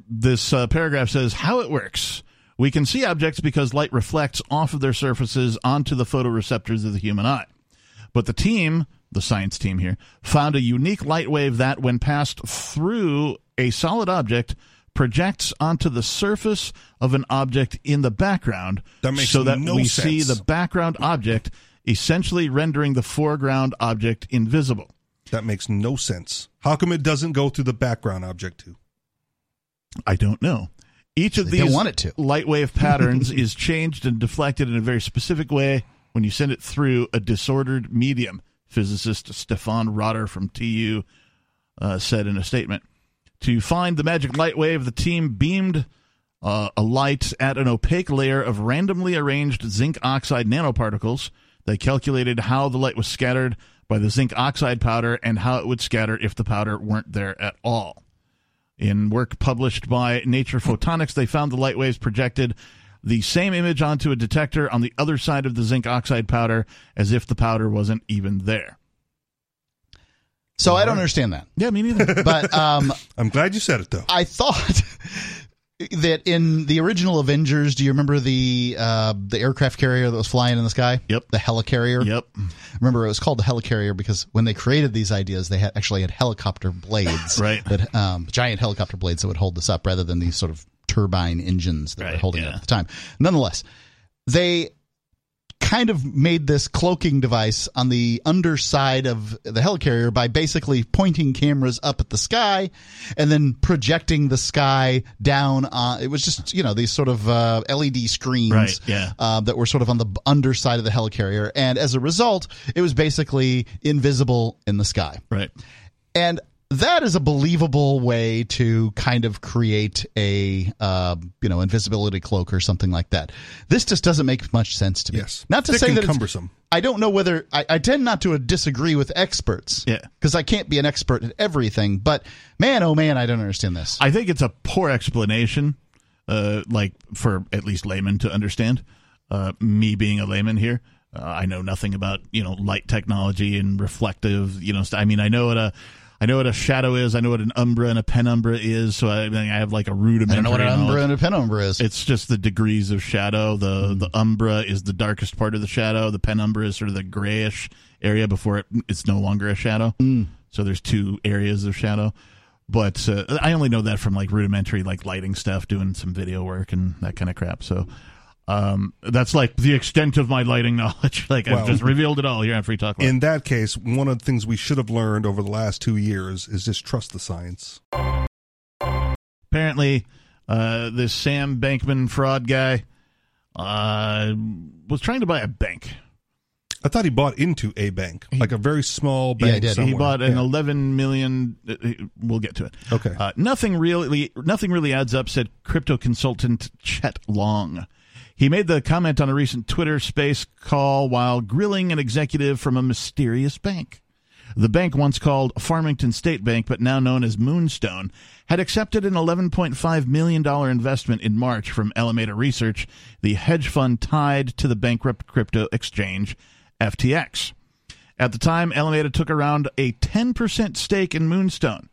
[SPEAKER 2] this uh, paragraph says how it works. We can see objects because light reflects off of their surfaces onto the photoreceptors of the human eye. But the team, the science team here, found a unique light wave that, when passed through a solid object, projects onto the surface of an object in the background
[SPEAKER 3] That makes
[SPEAKER 2] so that
[SPEAKER 3] no
[SPEAKER 2] we see
[SPEAKER 3] sense.
[SPEAKER 2] the background object, essentially rendering the foreground object invisible.
[SPEAKER 3] That makes no sense. How come it doesn't go through the background object too?
[SPEAKER 2] I don't know. Each of
[SPEAKER 4] They don't
[SPEAKER 2] these
[SPEAKER 4] want it to.
[SPEAKER 2] light wave patterns is changed and deflected in a very specific way when you send it through a disordered medium, physicist Stefan Rotter from TU uh, said in a statement. To find the magic light wave, the team beamed uh, a light at an opaque layer of randomly arranged zinc oxide nanoparticles. They calculated how the light was scattered by the zinc oxide powder and how it would scatter if the powder weren't there at all. In work published by Nature Photonics, they found the light waves projected the same image onto a detector on the other side of the zinc oxide powder as if the powder wasn't even there.
[SPEAKER 4] So I don't understand that.
[SPEAKER 2] Yeah, me neither.
[SPEAKER 4] But um,
[SPEAKER 3] I'm glad you said it though.
[SPEAKER 4] I thought that in the original Avengers, do you remember the uh, the aircraft carrier that was flying in the sky?
[SPEAKER 2] Yep.
[SPEAKER 4] The helicarrier.
[SPEAKER 2] yep.
[SPEAKER 4] Remember, it was called the helicarrier because when they created these ideas, they had actually had helicopter blades,
[SPEAKER 2] Right.
[SPEAKER 4] That um, giant helicopter blades that would hold this up, rather than these sort of turbine engines that were
[SPEAKER 2] Right,
[SPEAKER 4] holding it
[SPEAKER 2] yeah.
[SPEAKER 4] up at the time. Nonetheless, they kind of made this cloaking device on the underside of the helicarrier by basically pointing cameras up at the sky and then projecting the sky down on it was just you know these sort of uh, led screens
[SPEAKER 2] Right, yeah.
[SPEAKER 4] uh, that were sort of on the b- underside of the helicarrier and as a result it was basically invisible in the sky
[SPEAKER 2] Right.
[SPEAKER 4] and that is a believable way to kind of create a uh, you know invisibility cloak or something like that. This just doesn't make much sense to me.
[SPEAKER 3] Yes.
[SPEAKER 4] not to
[SPEAKER 3] Thick
[SPEAKER 4] say
[SPEAKER 3] and
[SPEAKER 4] that it's-
[SPEAKER 3] cumbersome.
[SPEAKER 4] I don't know whether I, I tend not to uh, disagree with experts.
[SPEAKER 2] Yeah.
[SPEAKER 4] because I can't be an expert at everything. But man, oh man, I don't understand this.
[SPEAKER 2] I think it's a poor explanation, uh, like for at least laymen to understand. Uh, me being a layman here, uh, I know nothing about you know light technology and reflective. You know, st- I mean, I know what a I know what a shadow is. I know what an umbra and a penumbra is. So I, I have like a
[SPEAKER 4] I
[SPEAKER 2] rudimentary.
[SPEAKER 4] don't know what an
[SPEAKER 2] knowledge.
[SPEAKER 4] umbra and a penumbra is.
[SPEAKER 2] It's just the degrees of shadow. The the umbra is the darkest part of the shadow. The penumbra is sort of the grayish area before it, it's no longer a shadow. So there's two areas of shadow. But uh, I only know that from like rudimentary like lighting stuff, doing some video work and that kind of crap. So um, that's like the extent of my lighting knowledge. like I've
[SPEAKER 3] Well-
[SPEAKER 2] just revealed it all here on Free Talk Live.
[SPEAKER 3] In that case, one of the things we should have learned over the last two years is just trust the science.
[SPEAKER 2] apparently uh, this Sam Bankman fraud guy uh, was trying to buy a bank.
[SPEAKER 3] I thought he bought into a bank, like a very small
[SPEAKER 4] Yeah, he
[SPEAKER 3] bank.
[SPEAKER 4] did. He
[SPEAKER 3] somewhere.
[SPEAKER 2] He bought an
[SPEAKER 3] Yeah.
[SPEAKER 2] 11 million. uh, uh, We'll get to it.
[SPEAKER 3] Okay.
[SPEAKER 2] Uh, nothing really, nothing really adds up," said crypto consultant Chet Long. He made the comment on a recent Twitter Space call while grilling an executive from a mysterious bank. The bank, once called Farmington State Bank, but now known as Moonstone, had accepted an $11.5 million investment in March from Alameda Research, the hedge fund tied to the bankrupt crypto exchange FTX. At the time, Alameda took around a 10% stake in Moonstone.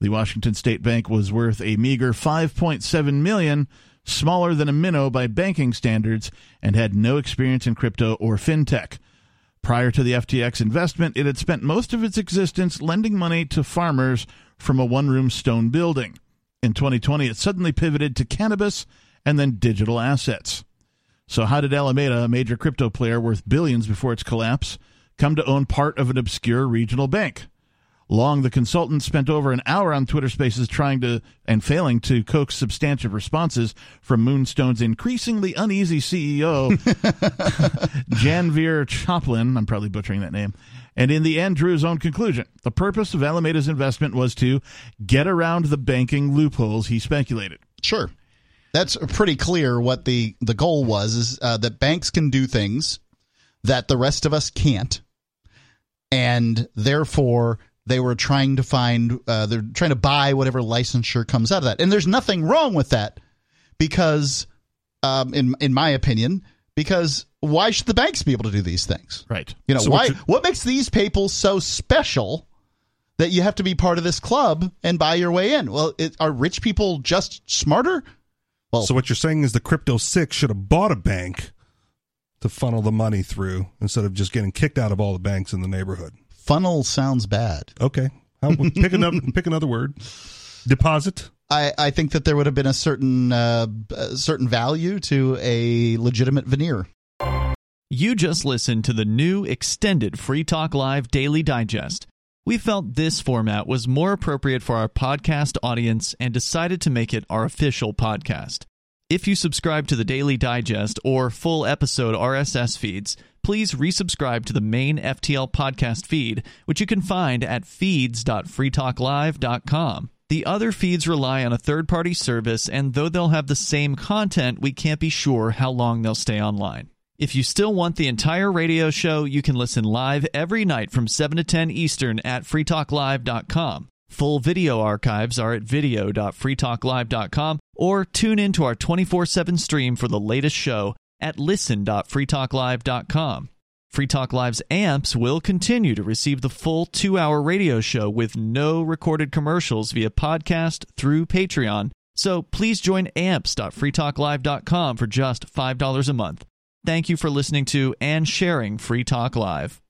[SPEAKER 2] The Washington State Bank was worth a meager 5.7 million, smaller than a minnow by banking standards, and had no experience in crypto or fintech. Prior to the FTX investment, it had spent most of its existence lending money to farmers from a one room stone building. In 2020, it suddenly pivoted to cannabis and then digital assets. So, how did Alameda, a major crypto player worth billions before its collapse, come to own part of an obscure regional bank? Long, the consultant, spent over an hour on Twitter Spaces trying to and failing to coax substantive responses from Moonstone's increasingly uneasy E CEO, Janvier Choplin. I'm probably butchering that name. And in the end, drew his own conclusion. The purpose of Alameda's investment was to get around the banking loopholes, he speculated.
[SPEAKER 4] Sure. That's pretty clear what the, the goal was is uh, that banks can do things that the rest of us can't. and therefore they were trying to find uh, they're trying to buy whatever licensure comes out of that and there's nothing wrong with that because um, in in my opinion because why should the banks be able to do these things
[SPEAKER 2] right
[SPEAKER 4] you know
[SPEAKER 2] So
[SPEAKER 4] why
[SPEAKER 2] what you-
[SPEAKER 4] what makes these people so special that you have to be part of this club and buy your way in well it, are rich people just smarter
[SPEAKER 3] so what you're saying is the crypto six should have bought a bank to funnel the money through instead of just getting kicked out of all the banks in the neighborhood.
[SPEAKER 4] Funnel sounds bad.
[SPEAKER 3] Okay, How, Uh, pick another pick another word. Deposit.
[SPEAKER 4] I, I think that there would have been a certain uh, a certain value to a legitimate veneer.
[SPEAKER 13] You just listened to the new extended Free Talk Live Daily Digest. We felt this format was more appropriate for our podcast audience and decided to make it our official podcast. If you subscribe to the Daily Digest or full episode RSS feeds, please resubscribe to the main FTL podcast feed, which you can find at feeds.freetalklive.com. The other feeds rely on a third party service, and though they'll have the same content, we can't be sure how long they'll stay online. If you still want the entire radio show, you can listen live every night from 7 to 10 Eastern at freetalklive.com. Full video archives are at video.freetalklive.com or tune in to our 24 7 stream for the latest show at listen.freetalklive.com. Free Talk Live's amps will continue to receive the full two hour radio show with no recorded commercials via podcast through Patreon. So please join amps.freetalklive.com for just $5 a month. Thank you for listening to and sharing Free Talk Live.